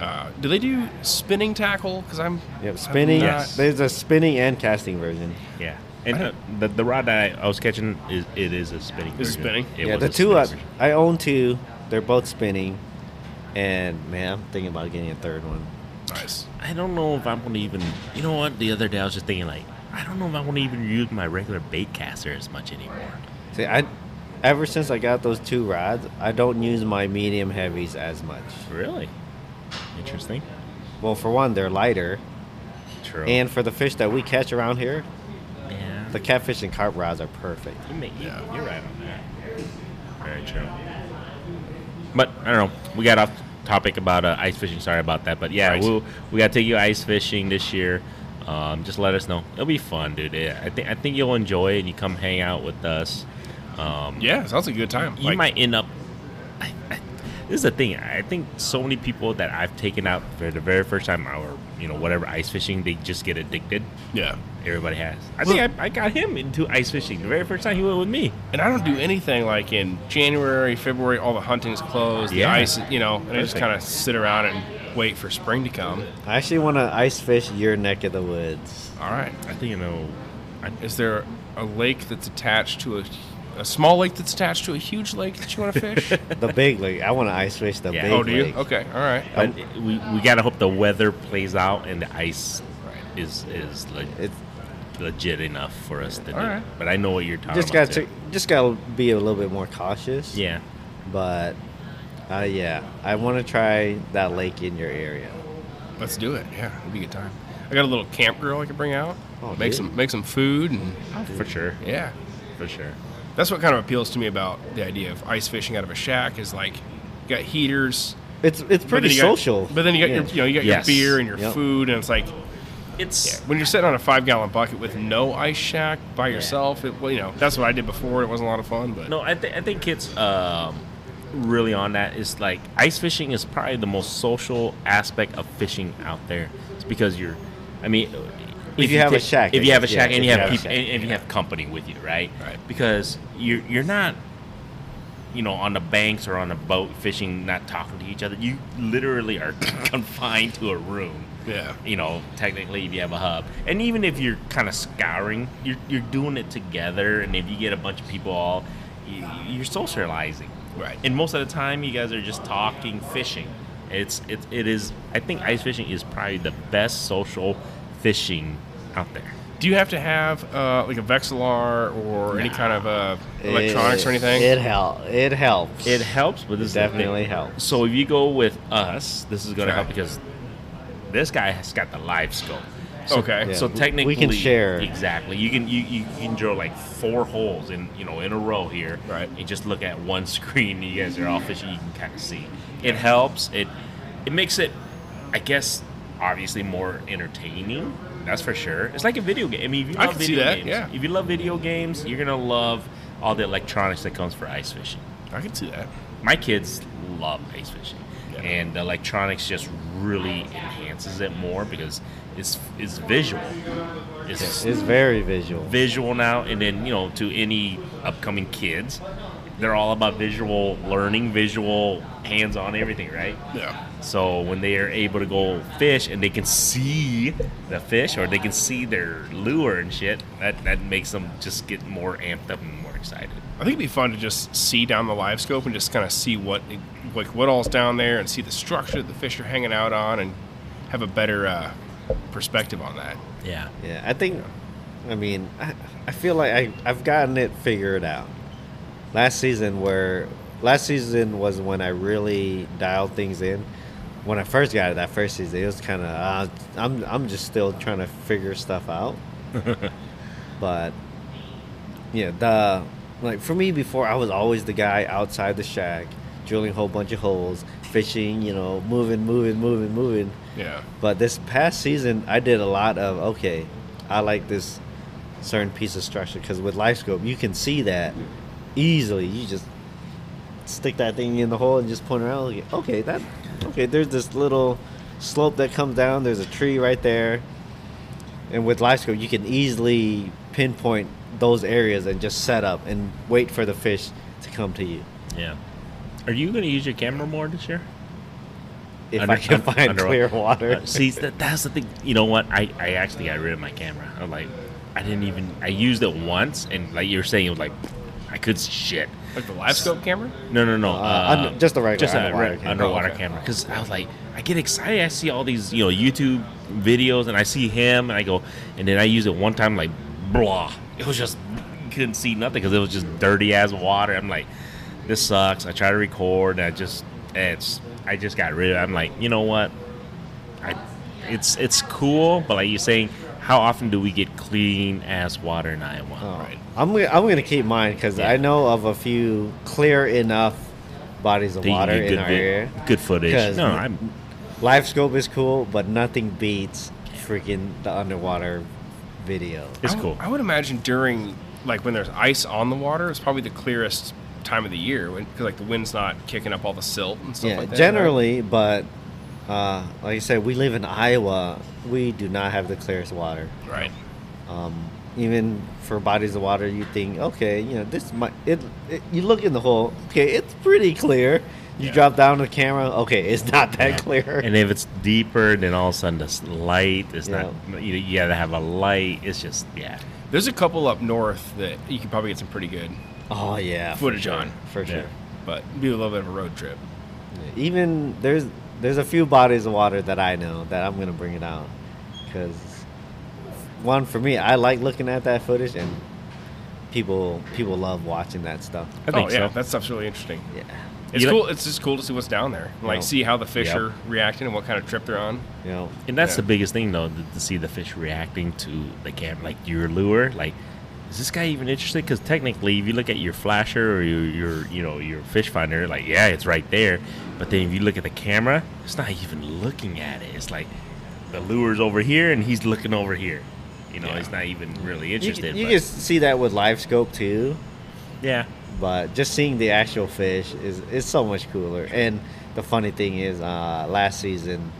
uh, do they do spinning tackle? Because I'm
Yep, spinning.
I'm not-
Yes.
There's a spinning and casting version.
Yeah. And uh, the, the rod that I, I was catching is it is a spinning.
Is
version.
spinning?
It
yeah,
was
the
a
two I,
spinning version.
I own two. They're both spinning, and man, I'm thinking about getting a third one.
nice.
I don't know if I'm gonna even. You know what? The other day I was just thinking like, I don't know if I want to even use my regular bait caster as much anymore.
See, I ever since I got those two rods, I don't use my medium heavies as much.
Really? Interesting.
Well, for one, they're lighter,
True.
and for the fish that we catch around here,
yeah.
the catfish and carp rods are perfect.
You may, you,
Yeah.
You're right on that. Very true. But I don't know. We got off topic about uh, ice fishing. Sorry about that. But yeah,
Right.
we'll, we got to take you ice fishing this year. Um, just let us know. It'll be fun, dude. Yeah, I think I think you'll enjoy it. and You come hang out with us. Um,
Yeah, sounds like a good time.
you
Like,
might end up. I, I, this is the thing. I think so many people that I've taken out for the very first time, or you know, whatever ice fishing, they just get addicted.
Yeah.
Everybody has. I think I, I got him into ice fishing the very first time he went with me.
And I don't do anything like in January, February, all the hunting's closed,
Yeah.
the ice, you know, and I just
Perfect.
kind of sit around and wait for spring to come.
I actually want to ice fish your neck of the woods.
All right.
I think you know. I,
Is there a lake that's attached to a, a small lake that's attached to a huge lake that you want to fish?
The big lake. I want to ice fish the
Yeah.
big
oh, do you?
lake.
Okay. All right.
but we, we gotta hope the weather plays out and the ice is is le-
It's
legit enough for us to do.
Alright.
But I know what you're talking
just
about.
got
too.
to just got to be a little bit more cautious.
Yeah.
But uh, yeah, I want to try that lake in your area.
Let's do it. Yeah, it'll be a good time. I got a little camp grill I can bring out.
Oh,
make
dude.
some make some food and
for sure.
yeah.
For sure.
That's what kind of appeals to me about the idea of ice fishing out of a shack is like you got heaters.
It's it's
but then
pretty
you got-
social.
but then you got
Yeah.
your you know, you got
Yes.
your beer and your
Yep.
food and it's like yeah,
It's
when you're sitting on a five gallon bucket with no ice shack by yourself, it well, you know, that's what I did before. It wasn't a lot of fun, but
no. I think I think it's um, really on that. It's like ice fishing is probably the most social aspect of fishing out there. It's because you're. I mean. uh, If,
you have a shack,
if
I
you have a
guess, yeah,
shack, and you
if you
have,
have a
peop-
shack,
and, and you have company with you, right?
Right.
Because you're you're not you know, on the banks or on a boat fishing, not talking to each other. You literally are confined to a room.
Yeah.
You know, technically, if you have a hub, and even if you're kind of scouring, you're you're doing it together. And if you get a bunch of people all, you, you're socializing.
Right.
And most of the time, you guys are just talking fishing. It's it, it is. I think ice fishing is probably the best social fishing out there.
do you have to have uh, like a Vexilar or any kind of uh, electronics
It-
or anything?
It help. It helps.
It helps, but this is the thing.
definitely helps.
So if you go with us, this is going to
Okay.
help because this guy has got the live scope. So,
Okay.
Yeah.
So
we- we
technically,
can share.
exactly. You can you, you can drill like four holes in you know in a row here.
Right.
And just look at one screen. You guys are all fishing. You can kind of see. It helps. It it makes it, I guess, obviously more entertaining. That's for sure. It's like a video game. I mean, if you
I
love
can see
video
that,
games,
yeah.
if you love video games, you're gonna love all the electronics that comes for ice fishing
I can see that.
my kids love ice fishing,
Yeah.
and the electronics just really enhances it more because it's it's visual. It's
It's very visual.
visual now, and then you know to any upcoming kids, they're all about visual learning, visual hands-on everything, right?
Yeah.
So when they are able to go fish and they can see the fish or they can see their lure and shit, that that makes them just get more amped up and more excited.
I think it'd be fun to just see down the live scope and just kind of see what, like, what all's down there and see the structure that the fish are hanging out on and have a better uh, perspective on that.
Yeah.
Yeah, I think. I mean, I, I feel like I I've gotten it figured out. Last season, where last season was when I really dialed things in. When I first got it, that first season, it was kind of uh, I'm I'm just still trying to figure stuff out. But yeah, the like for me before I was always the guy outside the shack, drilling a whole bunch of holes, fishing, you know, moving, moving, moving, moving.
Yeah.
But this past season, I did a lot of okay. I like this certain piece of structure because with life scope, you can see that easily. You just stick that thing in the hole and just point around. Like, okay, that okay. There's this little slope that comes down. There's a tree right there, and with life scope, you can easily pinpoint those areas and just set up and wait for the fish to come to you.
Yeah. Are you going to use your camera more this year?
If
Under-
I can
un-
find
underwater.
clear water,
Uh, see, that, that's the thing. You know what? I, I actually got rid of my camera. I'm like, I didn't even. I used it once, and like you were saying, it was like, I could see shit.
Like the live scope camera?
No, no, no.
Uh,
Uh,
under- just the regular
just a
underwater
re-
camera.
underwater
Okay.
camera. Because I was like, I get excited. I see all these, you know, YouTube videos, and I see him, and I go, and then I use it one time, like, blah. It was just you couldn't see nothing because it was just dirty as water. I'm like, this sucks. I try to record, and I just, it's, I just got rid of. it. I'm like, you know what? I, it's it's cool, but like you're saying, how often do we get clean ass water in Iowa?
Oh,
Right.
I'm gonna, I'm gonna keep mine because
Yeah.
I know of a few clear enough bodies of
That you
water
get
in
good,
our
vi-
area.
good footage.
'Cause
No,
n-
I'm
Live scope is cool, but nothing beats freaking the underwater video.
it's
I would-
cool.
I would imagine during, like, when there's ice on the water, it's probably the clearest time of the year because, like, the wind's not kicking up all the silt and stuff
yeah,
like that. right?
generally, but uh, like I said, we live in Iowa. We do not have the clearest water.
Right.
Um, even for bodies of water, you think, okay, you know, this might it, it. You look in the hole, okay, it's pretty clear. You
Yeah.
drop down the camera, okay, it's not that
Yeah.
clear.
And if it's deeper, then all of a sudden this light is
Yeah.
not. You, you gotta have a light. It's just yeah.
There's a couple up north that you could probably get some pretty good
Oh yeah, for
footage
sure.
on,
for
Yeah.
sure.
but be a little bit of a road trip.
Even there's there's a few bodies of water that I know that I'm gonna bring it out because one for me, I like looking at that footage and people people love watching that stuff.
I think
oh, yeah,
so.
that stuff's really interesting.
Yeah,
It's
You know-
cool. it's just cool to see what's down there. Like,
Yeah.
see how the fish
Yep.
are reacting and what kind of trip they're on.
you know,
And that's
Yeah.
the biggest thing though, to, to see the fish reacting to the camera, like your lure. Like, is this guy even interested? Because technically, if you look at your flasher or your, your you know your fish finder, like yeah, it's right there. But then if you look at the camera, it's not even looking at it. It's like the lure's over here and he's looking over here. You know,
Yeah.
he's not even really
you,
interested.
can- you
but-
can see that with live scope too.
yeah.
but just seeing the actual fish is is so much cooler. And the funny thing is, uh, last season,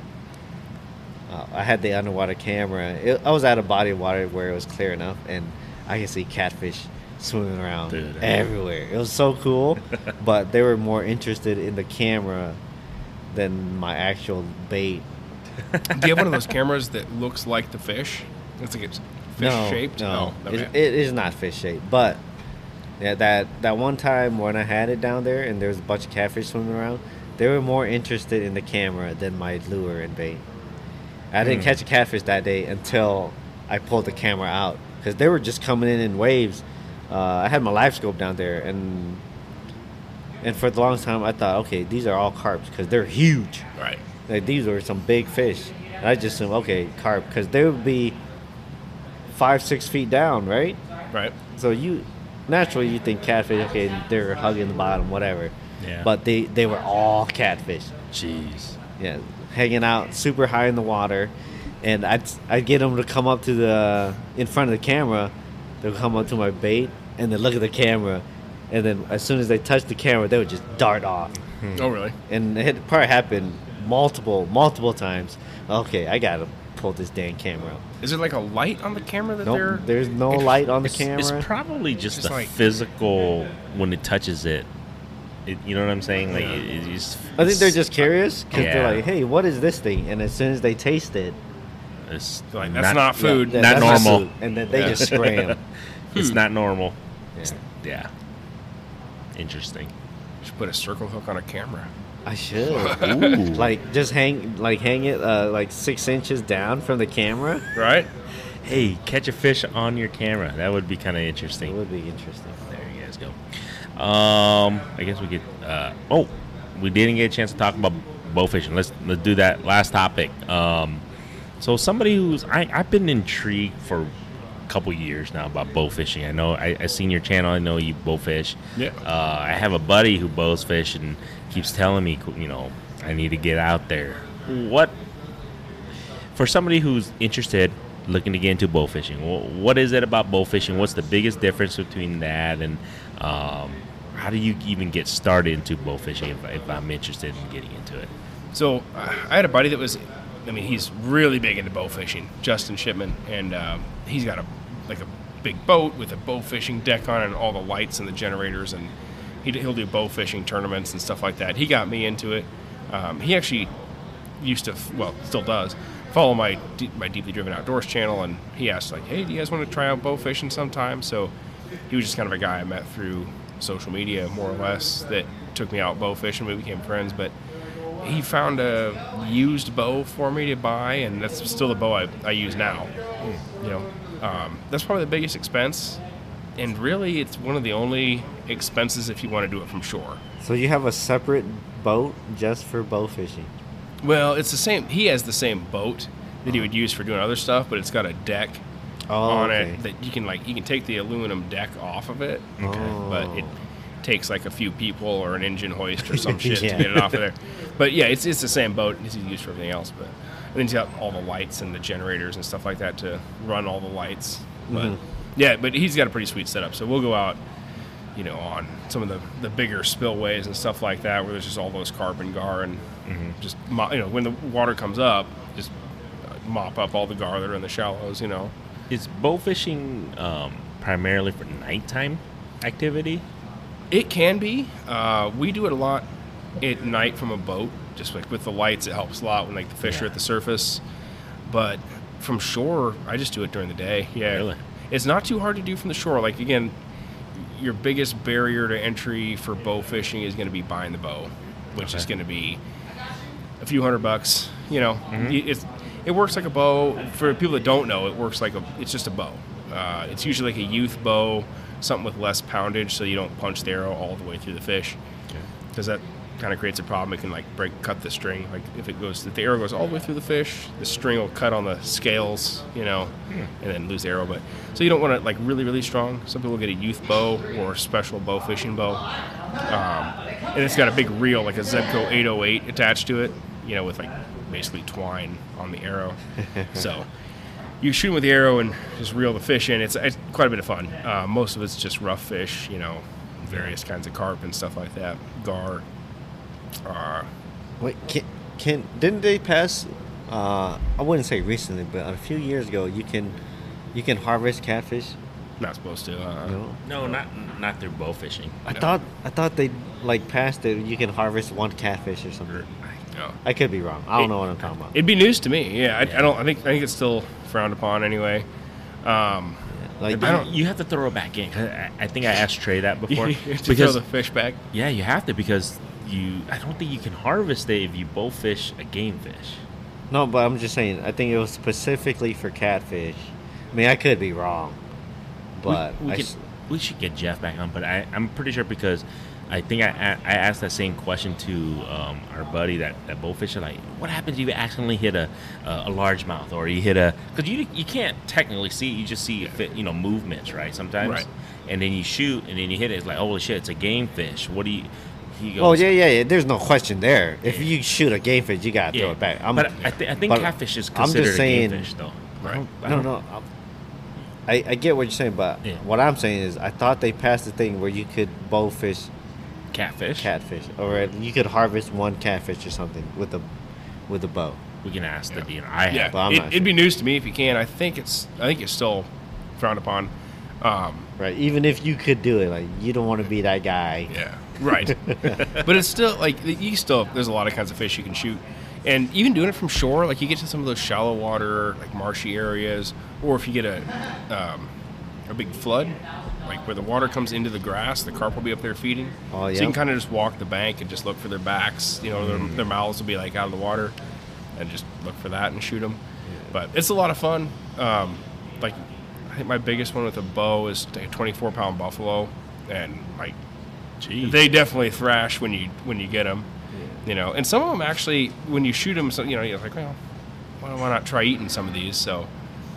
uh, I had the underwater camera. It, I was at a body of water where it was clear enough, and I could see catfish swimming around
Dude, I-
everywhere. It was so cool, but they were more interested in the camera than my actual bait.
Do you have one of those cameras that looks like the fish? It's like it's fish shaped.
No,
oh, okay.
it, it is not fish shaped. But yeah, that that one time when I had it down there and there was a bunch of catfish swimming around, they were more interested in the camera than my lure and bait. I
Hmm.
didn't catch a catfish that day until I pulled the camera out because they were just coming in in waves. Uh, I had my live scope down there and. And for the longest time, I thought, okay, these are all carps because they're huge.
right.
Like these were some big fish. And I just assumed, okay, carp, because they would be five, six feet down, right?
Right.
So you naturally you think catfish, okay, they're hugging the bottom, whatever.
Yeah.
But they they were all catfish.
Jeez.
Yeah, hanging out super high in the water, and I'd I'd get them to come up to the in front of the camera. They'll come up to my bait and then look at the camera, and then as soon as they touch the camera, they would just dart off
Oh, really?
and it had probably happened multiple, multiple times. Okay, I gotta pull this damn camera. up.
Is there like a light on the camera that
Nope,
they're?
there's no light on the
It's- It's,
camera.
probably just,
just
the
like-
physical when it touches it. it. You know what I'm saying? Like it, it just,
I think they're
it's-
just curious because
Yeah.
they're like, "Hey, what is this thing?" And as soon as they taste it,
It's
They're like, that's not food.
yeah,
Not
that's my
normal.
suit. and then they
Yeah.
just scram.
It's
Hmm.
not normal.
Yeah.
It's- Yeah. Interesting.
Should put a circle hook on a camera.
I should
Ooh.
like just hang, like hang it, uh, like six inches down from the camera.
Right.
hey, catch a fish on your camera. That would be kind of
It
interesting.
would be interesting.
There you guys go. Um, I guess we could. Uh, oh, we didn't get a chance to talk about bow fishing. Let's let's do that last topic. Um, so somebody who's I I've been intrigued for couple years now about bow fishing. I know I, I seen your channel. I know you bow fish.
Yeah.
Uh, I have a buddy who bows fish and keeps telling me, you know, I need to get out there. What for somebody who's interested, looking to get into bow fishing? wh- What is it about bow fishing? What's the biggest difference between that and um, how do you even get started into bow fishing if, if I'm interested in getting into it?
So uh, I had a buddy that was, I mean, he's really big into bow fishing, Justin Shipman, and um, he's got a like a big boat with a bow fishing deck on it and all the lights and the generators, and he, he'll do bow fishing tournaments and stuff like that. He got me into it. Um, he actually used to, well, still does, follow my D- my deeply driven outdoors channel, and he asked like, "Hey, do you guys want to try out bow fishing sometime?" So he was just kind of a guy I met through social media, more or less, that took me out bow fishing. We became friends, but he found a used bow for me to buy, and that's still the bow I, I use now. You know, um, that's probably the biggest expense, and really, it's one of the only expenses if you want to do it from shore.
So you have a separate boat just for bow fishing.
Well, it's the same. He has the same boat that he would use for doing other stuff, but it's got a deck
Oh,
on
okay.
it that you can like you can take the aluminum deck off of it, but it
Oh.
takes like a few people or an engine hoist or some shit
Yeah.
to get it off of there. But yeah, it's it's the same boat. It's used for everything else, but and then he's got all the lights and the generators and stuff like that to run all the lights. But
Mm-hmm.
yeah, but he's got a pretty sweet setup. So we'll go out you know, on some of the, the bigger spillways and stuff like that, where there's just all those carbon gar and
Mm-hmm.
just mop, you know, when the water comes up, just uh, mop up all the gar that are in the shallows, you know.
Is bow fishing um, primarily for nighttime activity?
It can be. Uh, we do it a lot at night from a boat, just like with the lights, it helps a lot when like the fish are at the surface. But from shore, I just do it during the day. Yeah,
Really?
it's not too hard to do from the shore. Like again, your biggest barrier to entry for bow fishing is going to be buying the bow, which is going to be a few hundred bucks. You know, Y- it's it works like a bow. For people that don't know, it works like a it's just a bow. Uh, it's usually like a youth bow, something with less poundage, so you don't punch the arrow all the way through the fish, because that kind of creates a problem. It can like break cut the string. Like if it goes, if the arrow goes all the way through the fish, the string will cut on the scales, you know, and then lose the arrow. But so you don't want it like really really strong. Some people get a youth bow or a special bow fishing bow um, and it's got a big reel like a Zebco 808 attached to it, you know, with like basically twine on the arrow. so you shoot 'em with the arrow and just reel the fish in. It's, it's quite a bit of fun. Uh, most of it's just rough fish, you know, various kinds of carp and stuff like that, gar. Uh,
Wait, can, can didn't they pass? Uh, I wouldn't say recently, but a few years ago, you can you can harvest catfish.
not supposed to. Uh,
You know?
No, not not through bow fishing.
I thought I thought they like passed it. You can harvest one catfish or something.
no.
I could be wrong. I don't know what I'm talking about.
It'd be news to me. Yeah, I, I don't. I think I think it's still frowned upon anyway. Um,
like
I don't-
You have to throw it back in. 'cause I, I think I asked Trey that before.
to throw
because
the fish back.
yeah, you have to because you. I don't think you can harvest it if you bow fish a game fish.
no, but I'm just saying. I think it was specifically for catfish. I mean, I could be wrong, but
we, we
I
could-
s-
we should get Jeff back on, but I, I'm pretty sure because I think I, a- I asked that same question to um, our buddy that that bowfisher like, what happens if you accidentally hit a a, a largemouth or you hit a because you you can't technically see you just see fit, you know movements right sometimes
Right.
and then you shoot and then you hit it it's like holy shit it's a game fish what do you he goes
Oh yeah, yeah, yeah. There's no question there. If you shoot a game fish, you gotta throw it back. I'm,
but I, th- I think
but
catfish is
I'm just
considered
saying-
a game fish though
Right.
I
no,
don't-
no. I'm- I, I get what you're saying, but
Yeah.
what I'm saying is, I thought they passed the thing where you could bow fish
catfish
catfish, or you could harvest one catfish or something with a with a bow.
we can ask the DNR I
Yeah,
have
but I'm
it,
not
it'd be news to me if you can. I think it's I think it's still frowned upon. Um,
Right. Even if you could do it, like you don't want to be that guy.
yeah, right. but it's still like you still there's a lot of kinds of fish you can shoot, and even doing it from shore, like you get to some of those shallow water like marshy areas, or if you get a um, a big flood, like where the water comes into the grass, the carp will be up there feeding.
Oh,
So
yeah. Mm.
you can kind of just walk the bank and just look for their backs. You know, their, their mouths will be like out of the water, and just look for that and shoot them. But it's a lot of fun. Um, like I think my biggest one with a bow is a 24 pound buffalo, and like
Jeez.
they definitely thrash when you when you get them. You know, and some of them actually when you shoot them, so, you know, you're like, well, why, why not try eating some of these? So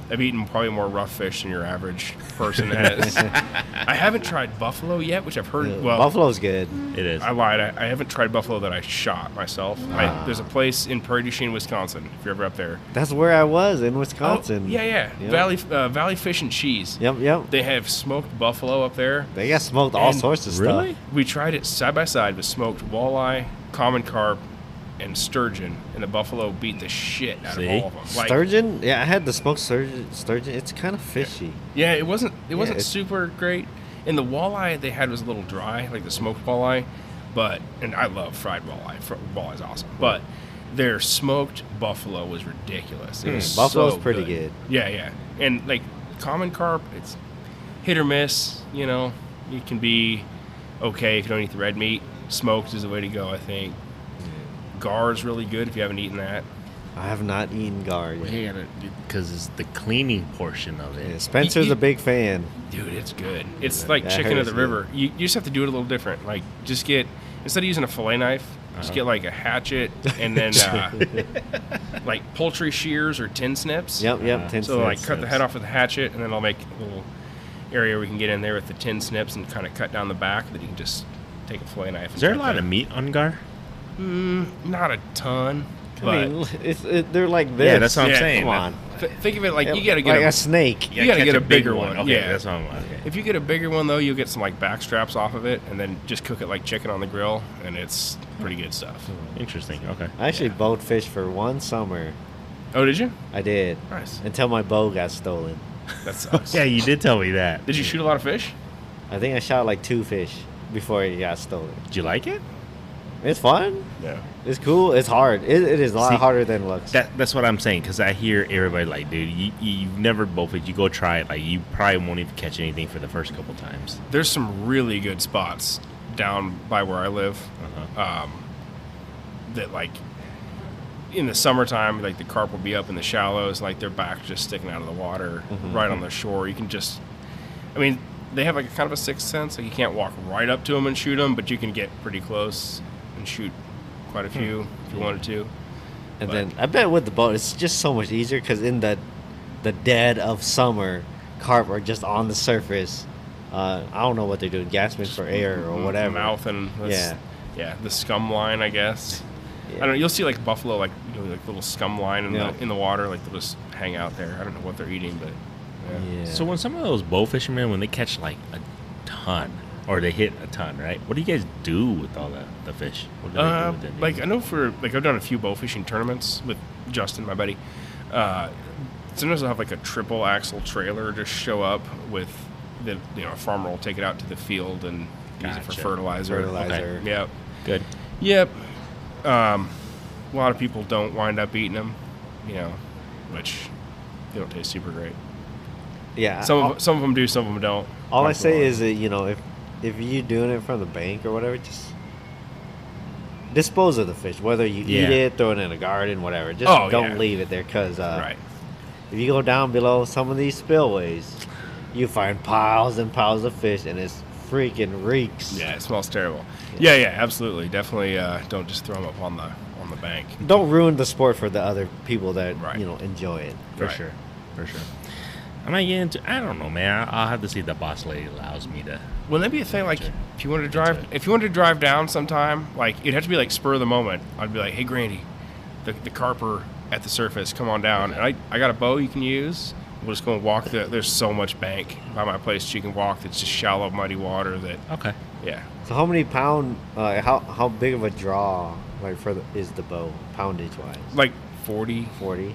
I've eaten probably more rough fish than your average person has. I haven't tried buffalo yet, which I've heard.
Yeah,
well,
Uh, Buffalo's good.
It is.
I lied. I, I haven't tried buffalo that I shot myself. I, there's a place in Prairie du Chien, Wisconsin. If you're ever up there,
That's where I was in
Oh,
Wisconsin.
yeah, yeah,
Yep.
Valley uh, Valley Fish and Cheese.
Yep, yep. They,
They have smoked buffalo up there.
got smoked all
And-
sorts of
Really?
stuff.
We tried it side by side with smoked walleye, common carp, and sturgeon, and the buffalo beat the shit out
See?
of all of them. Like,
Sturgeon? Yeah, I had the smoked sturgeon. Sturgeon. It's kind of fishy.
Yeah, it wasn't it wasn't
it's-
super great. And the walleye they had was a little dry, like the smoked walleye. But and I love fried walleye. Fr- Walleye's awesome. But their smoked buffalo was ridiculous. It was so
Hmm, buffalo's pretty good.
Yeah, yeah. And like common carp, it's hit or miss. You know, it can be okay if you don't eat the red meat. Smoked is the way to go, I think. Gar's really good if you haven't eaten that.
I have not eaten guard. yet.
because uh, it's the cleaning portion of it.
Yeah, Spencer's a big fan.
Dude, it's good. It's like
that
chicken of
hurts,
the
yeah.
river. You, you just have to do it a little different. Like, just get instead of using a fillet knife,
Uh-huh.
just get like a hatchet and then uh, like poultry shears or tin snips.
Yep, yep. Ten
Uh, So like,
cents.
cut the head off with a hatchet, and then I'll make a little area we can get in there with the tin snips and kind of cut down the back. That you can just take a fillet knife.
Is there a lot of meat on gar?
Not a ton,
I
but
mean, it's, it, they're like this.
Yeah, that's what I'm
Yeah,
saying.
Come on.
th- think of it like you
Yeah,
gotta get
like
a-
a snake.
You gotta
catch
get a bigger one.
Okay,
Yeah.
that's what I'm like. Okay.
If you get a bigger one though, you'll get some like back straps off of it, and then just cook it like chicken on the grill, and it's pretty good stuff.
Interesting. Okay.
I actually boat fished for one summer.
Oh, did you?
I did.
Nice.
Until my bow got stolen.
That sucks.
Yeah, you did tell me that.
Did you shoot a lot of fish?
I think I shot like two fish before it got stolen.
Did you like it?
It's fun.
Yeah.
It's cool. It's hard. It, it is a lot
See,
harder than it looks.
That that's what I'm saying because I hear everybody like, dude, you, you you've never bowfished. You go try it. Like you probably won't even catch anything for the first couple times.
There's some really good spots down by where I live um, that like in the summertime, like the carp will be up in the shallows, like their back just sticking out of the water, right on the shore. You can just, I mean, they have like a kind of a sixth sense. Like you can't walk right up to them and shoot them, but you can get pretty close and shoot quite a few if you wanted to.
and
but-
then I bet with the boat, it's just so much easier because in the the dead of summer, carp are just on the surface. Uh, I don't know what they're doing, gasping for air
Mm-hmm.
or whatever.
Mm, mouth and
Yeah.
yeah, yeah, the scum line, I guess. I don't. know. You'll see like buffalo, like you know, like little scum line in
Yeah.
the in the water, like they'll just hang out there. I don't know what they're eating, but yeah.
Yeah.
So when some of those bow fishermen, when they catch like a ton or they hit a ton, right? What do you guys do with all that the fish? What do they do
Uh,
with it?
like I know for like I've done a few bow fishing tournaments with Justin, my buddy. Uh, sometimes I'll have like a triple axle trailer just show up with the you know a farmer will take it out to the field and use it
Gotcha.
for fertilizer.
Fertilizer.
Yep.
good.
Yep. Um, a lot of people don't wind up eating them, you know, which they don't taste super great.
Yeah.
Some
Uh, all-
of, some of them do, some of them don't.
all I
Like the
say
one.
is that you know if if you doing it from the bank or whatever, just dispose of the fish. Whether you
Yeah.
eat it, throw it in a garden, whatever. Just
Oh,
don't
yeah.
leave it there because uh,
right.
If you go down below some of these spillways, you find piles and piles of fish, and it's freaking reeks.
Yeah, it smells terrible. Yeah, yeah, absolutely. Definitely uh, don't just throw them up on the on the bank.
Don't ruin the sport for the other people that
Right.
you know enjoy it.
For
Right.
sure. For sure. I might get into. I don't know, man. I'll have to see if the boss lady allows me to.
Wouldn't that be a thing? Like,
Gotcha.
if you wanted to drive, if you wanted to drive down sometime, like it'd have to be like spur of the moment. I'd be like, "Hey, Grandy, the the carper at the surface, come on down." And I, I got a bow you can use. We'll just go and walk the. There's so much bank by my place that you can walk. That's just shallow, muddy water. That
Okay.
yeah,
So how many pound? Uh, how how big of a draw like for the, is the bow poundage wise?
like forty
Forty.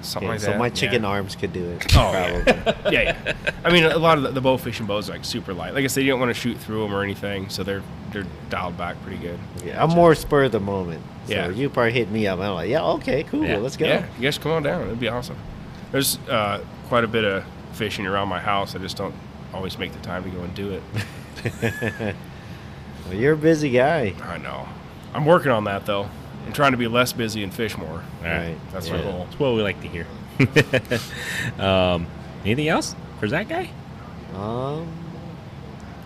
something
Okay,
like
so
that.
my chicken
yeah.
arms could do it.
Oh, yeah.
probably.
yeah, yeah. I mean, a lot of the, the bow fishing bows are like super light. Like I said, you don't want to shoot through them or anything, so they're they're dialed back pretty good.
Yeah, I'm more spur of the moment. So
Yeah.
you probably hit me up. and I'm like, yeah, okay, cool,
Yeah.
let's go.
Yeah, you guys come on down. It'd be awesome. There's uh, quite a bit of fishing around my house. I just don't always make the time to go and do it.
Well, you're a busy guy.
I know. I'm working on that though. I'm trying to be less busy and fish more.
All right.
Right.
That's
Yeah.
my goal.
That's what we like to hear. um, anything else for that guy?
Um,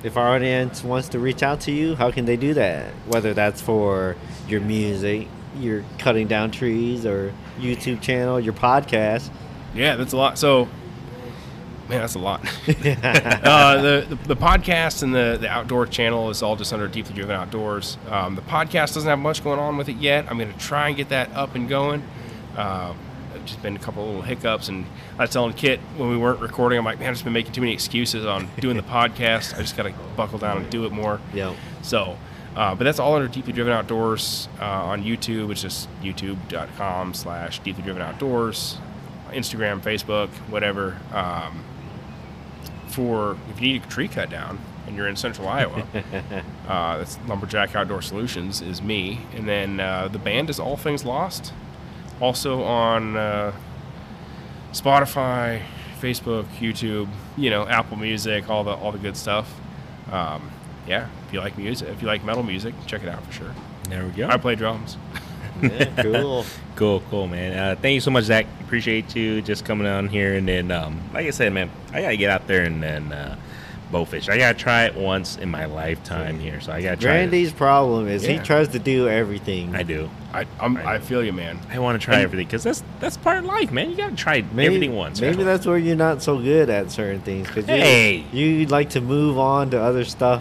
if our audience wants to reach out to you, how can they do that? Whether that's for your music, your cutting down trees, or YouTube channel, your podcast,
Yeah, that's a lot. So, man, that's a lot. uh, the, the the podcast and the the outdoor channel is all just under deeply driven outdoors. Um, the podcast doesn't have much going on with it yet. I'm going to try and get that up and going. Uh, there's just been a couple little hiccups, and I was telling Kit when we weren't recording, I'm like, man, I've just been making too many excuses on doing the podcast. I just got to buckle down and do it more.
Yeah.
So, uh, but that's all under Deeply Driven Outdoors uh, on YouTube. It's just youtube.com slash Deeply Driven Outdoors, Instagram, Facebook, whatever. Um, for if you need a tree cut down and you're in central Iowa, uh, that's Lumberjack Outdoor Solutions is me. And then uh, the band is All Things Lost, also on uh, Spotify, Facebook, YouTube, you know, Apple Music, all the all the good stuff. Um, yeah, if you like music, if you like metal music, check it out for sure.
There we go.
I play drums.
Yeah, cool.
Cool, cool, man. Uh, thank you so much, Zach. Appreciate you just coming on here. And then, um, like I said, man, I gotta get out there and then uh, bowfish. I gotta try it once in my lifetime here. So I gotta try. it.
Randy's problem is he
Yeah.
tries to do everything.
I do.
I I'm, I feel you, man.
I want to try everything because that's that's part of life, man. You gotta try everything once.
Maybe that's where you're not so good at certain things because you,
Hey!
you like to move on to other stuff.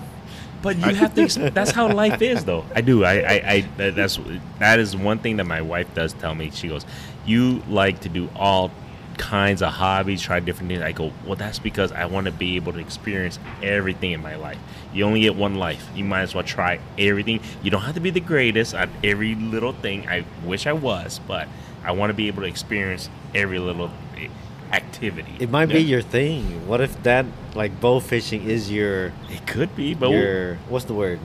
But you have to. ex- That's how life is, though. I do. I, I, I. that- That's that is one thing that my wife does tell me. She goes, "You like to do all kinds of hobbies, try different things." I go, "Well, that's because I want to be able to experience everything in my life. You only get one life. You might as well try everything. You don't have to be the greatest at every little thing. I wish I was, but I want to be able to experience every little eh, activity.
It might be
Yeah.
your thing. What if that like bow fishing is your
It could be, but
your what's the word?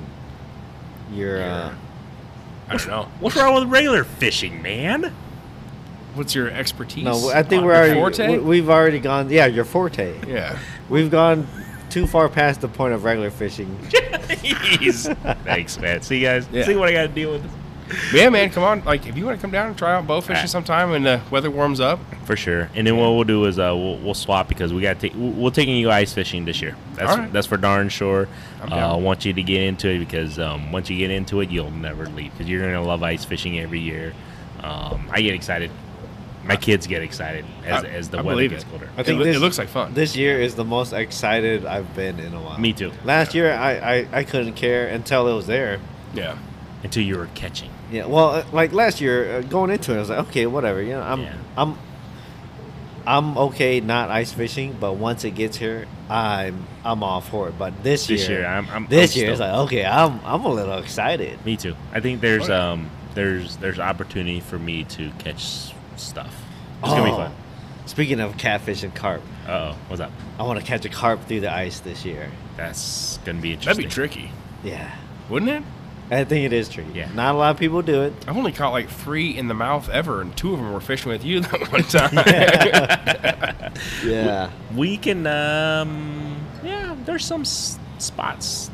Your uh,
I don't know.
what's wrong with regular fishing, man?
What's your expertise?
no, I think
on
we're
your
already
forte?
we- we've already gone. Yeah, your forte.
yeah.
We've gone too far past the point of regular fishing.
Jeez. Thanks, man. See you guys.
Yeah.
See what I got to deal with.
Yeah, man, come on. Like, if you want to come down and try out bow fishing
Right.
sometime when the weather warms up,
For sure. And then what we'll do is uh, we'll, we'll swap because we got to we'll taking you ice fishing this year. That's
All right.
that's for darn sure.
I'm
Uh, I
down.
want you to get into it because um, once you get into it, you'll never leave because you're gonna love ice fishing every year. Um, I get excited. My kids get excited as,
I-
as the
I
weather
believe
gets
it.
colder.
I
It
think
loo-
this,
it looks like fun.
This year is the most excited I've been in a while.
Me too.
Last year, I, I, I couldn't care until it was there.
yeah.
Until you were catching.
Yeah, well, uh, like last year, uh, going into it, I was like, okay, whatever. You know, I'm,
Yeah.
I'm, I'm okay not ice fishing, but once it gets here, I'm, I'm all for it. But this year,
This year, I'm- I'm-
this
I'm
year, it's
stoked.
like, okay, I'm, I'm a little excited.
Me too. I think there's
Oh, yeah.
um there's there's opportunity for me to catch s- stuff. It's gonna be
Oh,
fun.
Speaking of catfish and carp,
Uh oh, what's up?
I want to catch a carp through the ice this year.
That's gonna be
That'd
interesting.
be tricky,
Yeah,
wouldn't it?
I think it is tricky.
Yeah.
not a lot of people do it.
I've only caught like three in the mouth ever, and two of them were fishing with you that one time.
Yeah,
We can, um, yeah, there's some s- spots.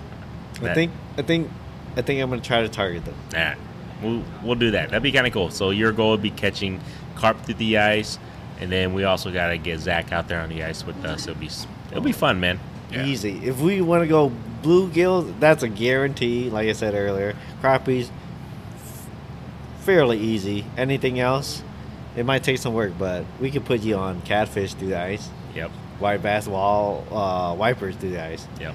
I
that-
think, I think, I think I'm gonna try to target them.
Nah, we'll, we'll do that. That'd be kind of cool. So your goal would be catching carp through the ice, and then we also gotta get Zach out there on the ice with us. It'll be s- it'll be fun, man.
Yeah.
Easy. If we want to go bluegill, that's a guarantee. Like I said earlier, crappies fairly easy. Anything else, it might take some work, but we could put you on catfish through the ice,
Yep,
white bass wall uh, wipers through the ice.
yep.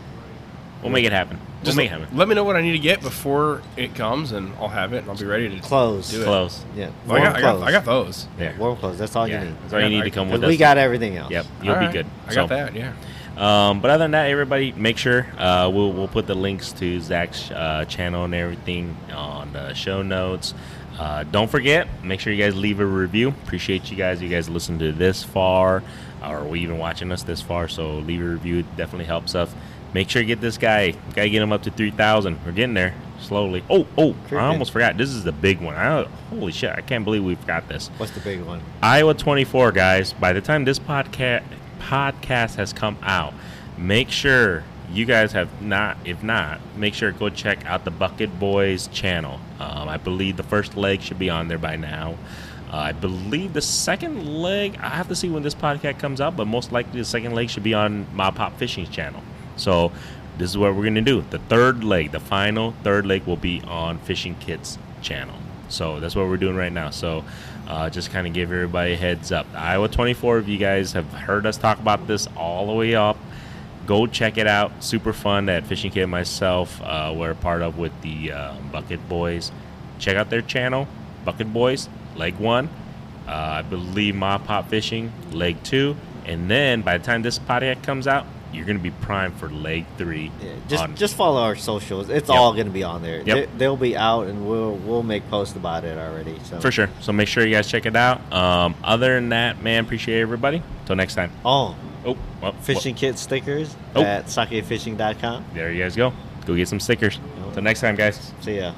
We'll make it happen. We'll
Just
make it happen.
let me know what I need to get before it comes, and I'll have it, and I'll be ready to
Clothes.
Do it.
Close.
Yeah,
Well, I,
warm
got, I, got,
clothes.
I got those.
There.
warm clothes. That's all
Yeah,
you need.
that's all you need to come
'Cause
with us.
we got everything else.
Yep, you'll
All
be
right,
good.
I got
So-
that. Yeah.
Um, but other than that, everybody, make sure uh, we'll we'll put the links to Zach's uh, channel and everything on the show notes. Uh, don't forget, make sure you guys leave a review. Appreciate you guys. You guys listen to this far, or we even watching us this far. So leave a review. It definitely helps us. Make sure you get this guy. Gotta get him up to three thousand. We're getting there slowly. Oh, oh! I
Cricket.
almost forgot. This is the big one. I, holy shit! I can't believe we forgot this.
What's the big one?
Iowa 24, guys. By the time this podcast podcast has come out, make sure you guys have not. If not, make sure go check out the Bucket Boys channel. Um, I believe the first leg should be on there by now. Uh, I believe the second leg. I have to see when this podcast comes out, but most likely the second leg should be on my Pop Fishing's channel. So. This is what we're going to do. The third leg, the final third leg, will be on Fishing Kit's channel. So that's what we're doing right now. So uh, just kind of give everybody a heads up. Iowa 24, if you guys have heard us talk about this all the way up, go check it out. Super fun that Fishing Kid and myself uh, were a part of with the uh, Bucket Boys. Check out their channel, Bucket Boys, leg one. Uh, I believe Mob Pop Fishing, leg two. And then by the time this podcast comes out, you're going to be primed for leg three.
Yeah, just
on-
just follow our socials. It's
Yep.
all going to be on there.
Yep.
They, will be out, and we'll we'll make posts about it already. So
For sure. So make sure you guys check it out. Um, other than that, man, appreciate everybody. Till next time.
Oh,
Oh, well,
fishing kit stickers
Oh.
at sakefishing.com.
well, there you guys go. Go get some stickers. Till next time, guys.
See ya.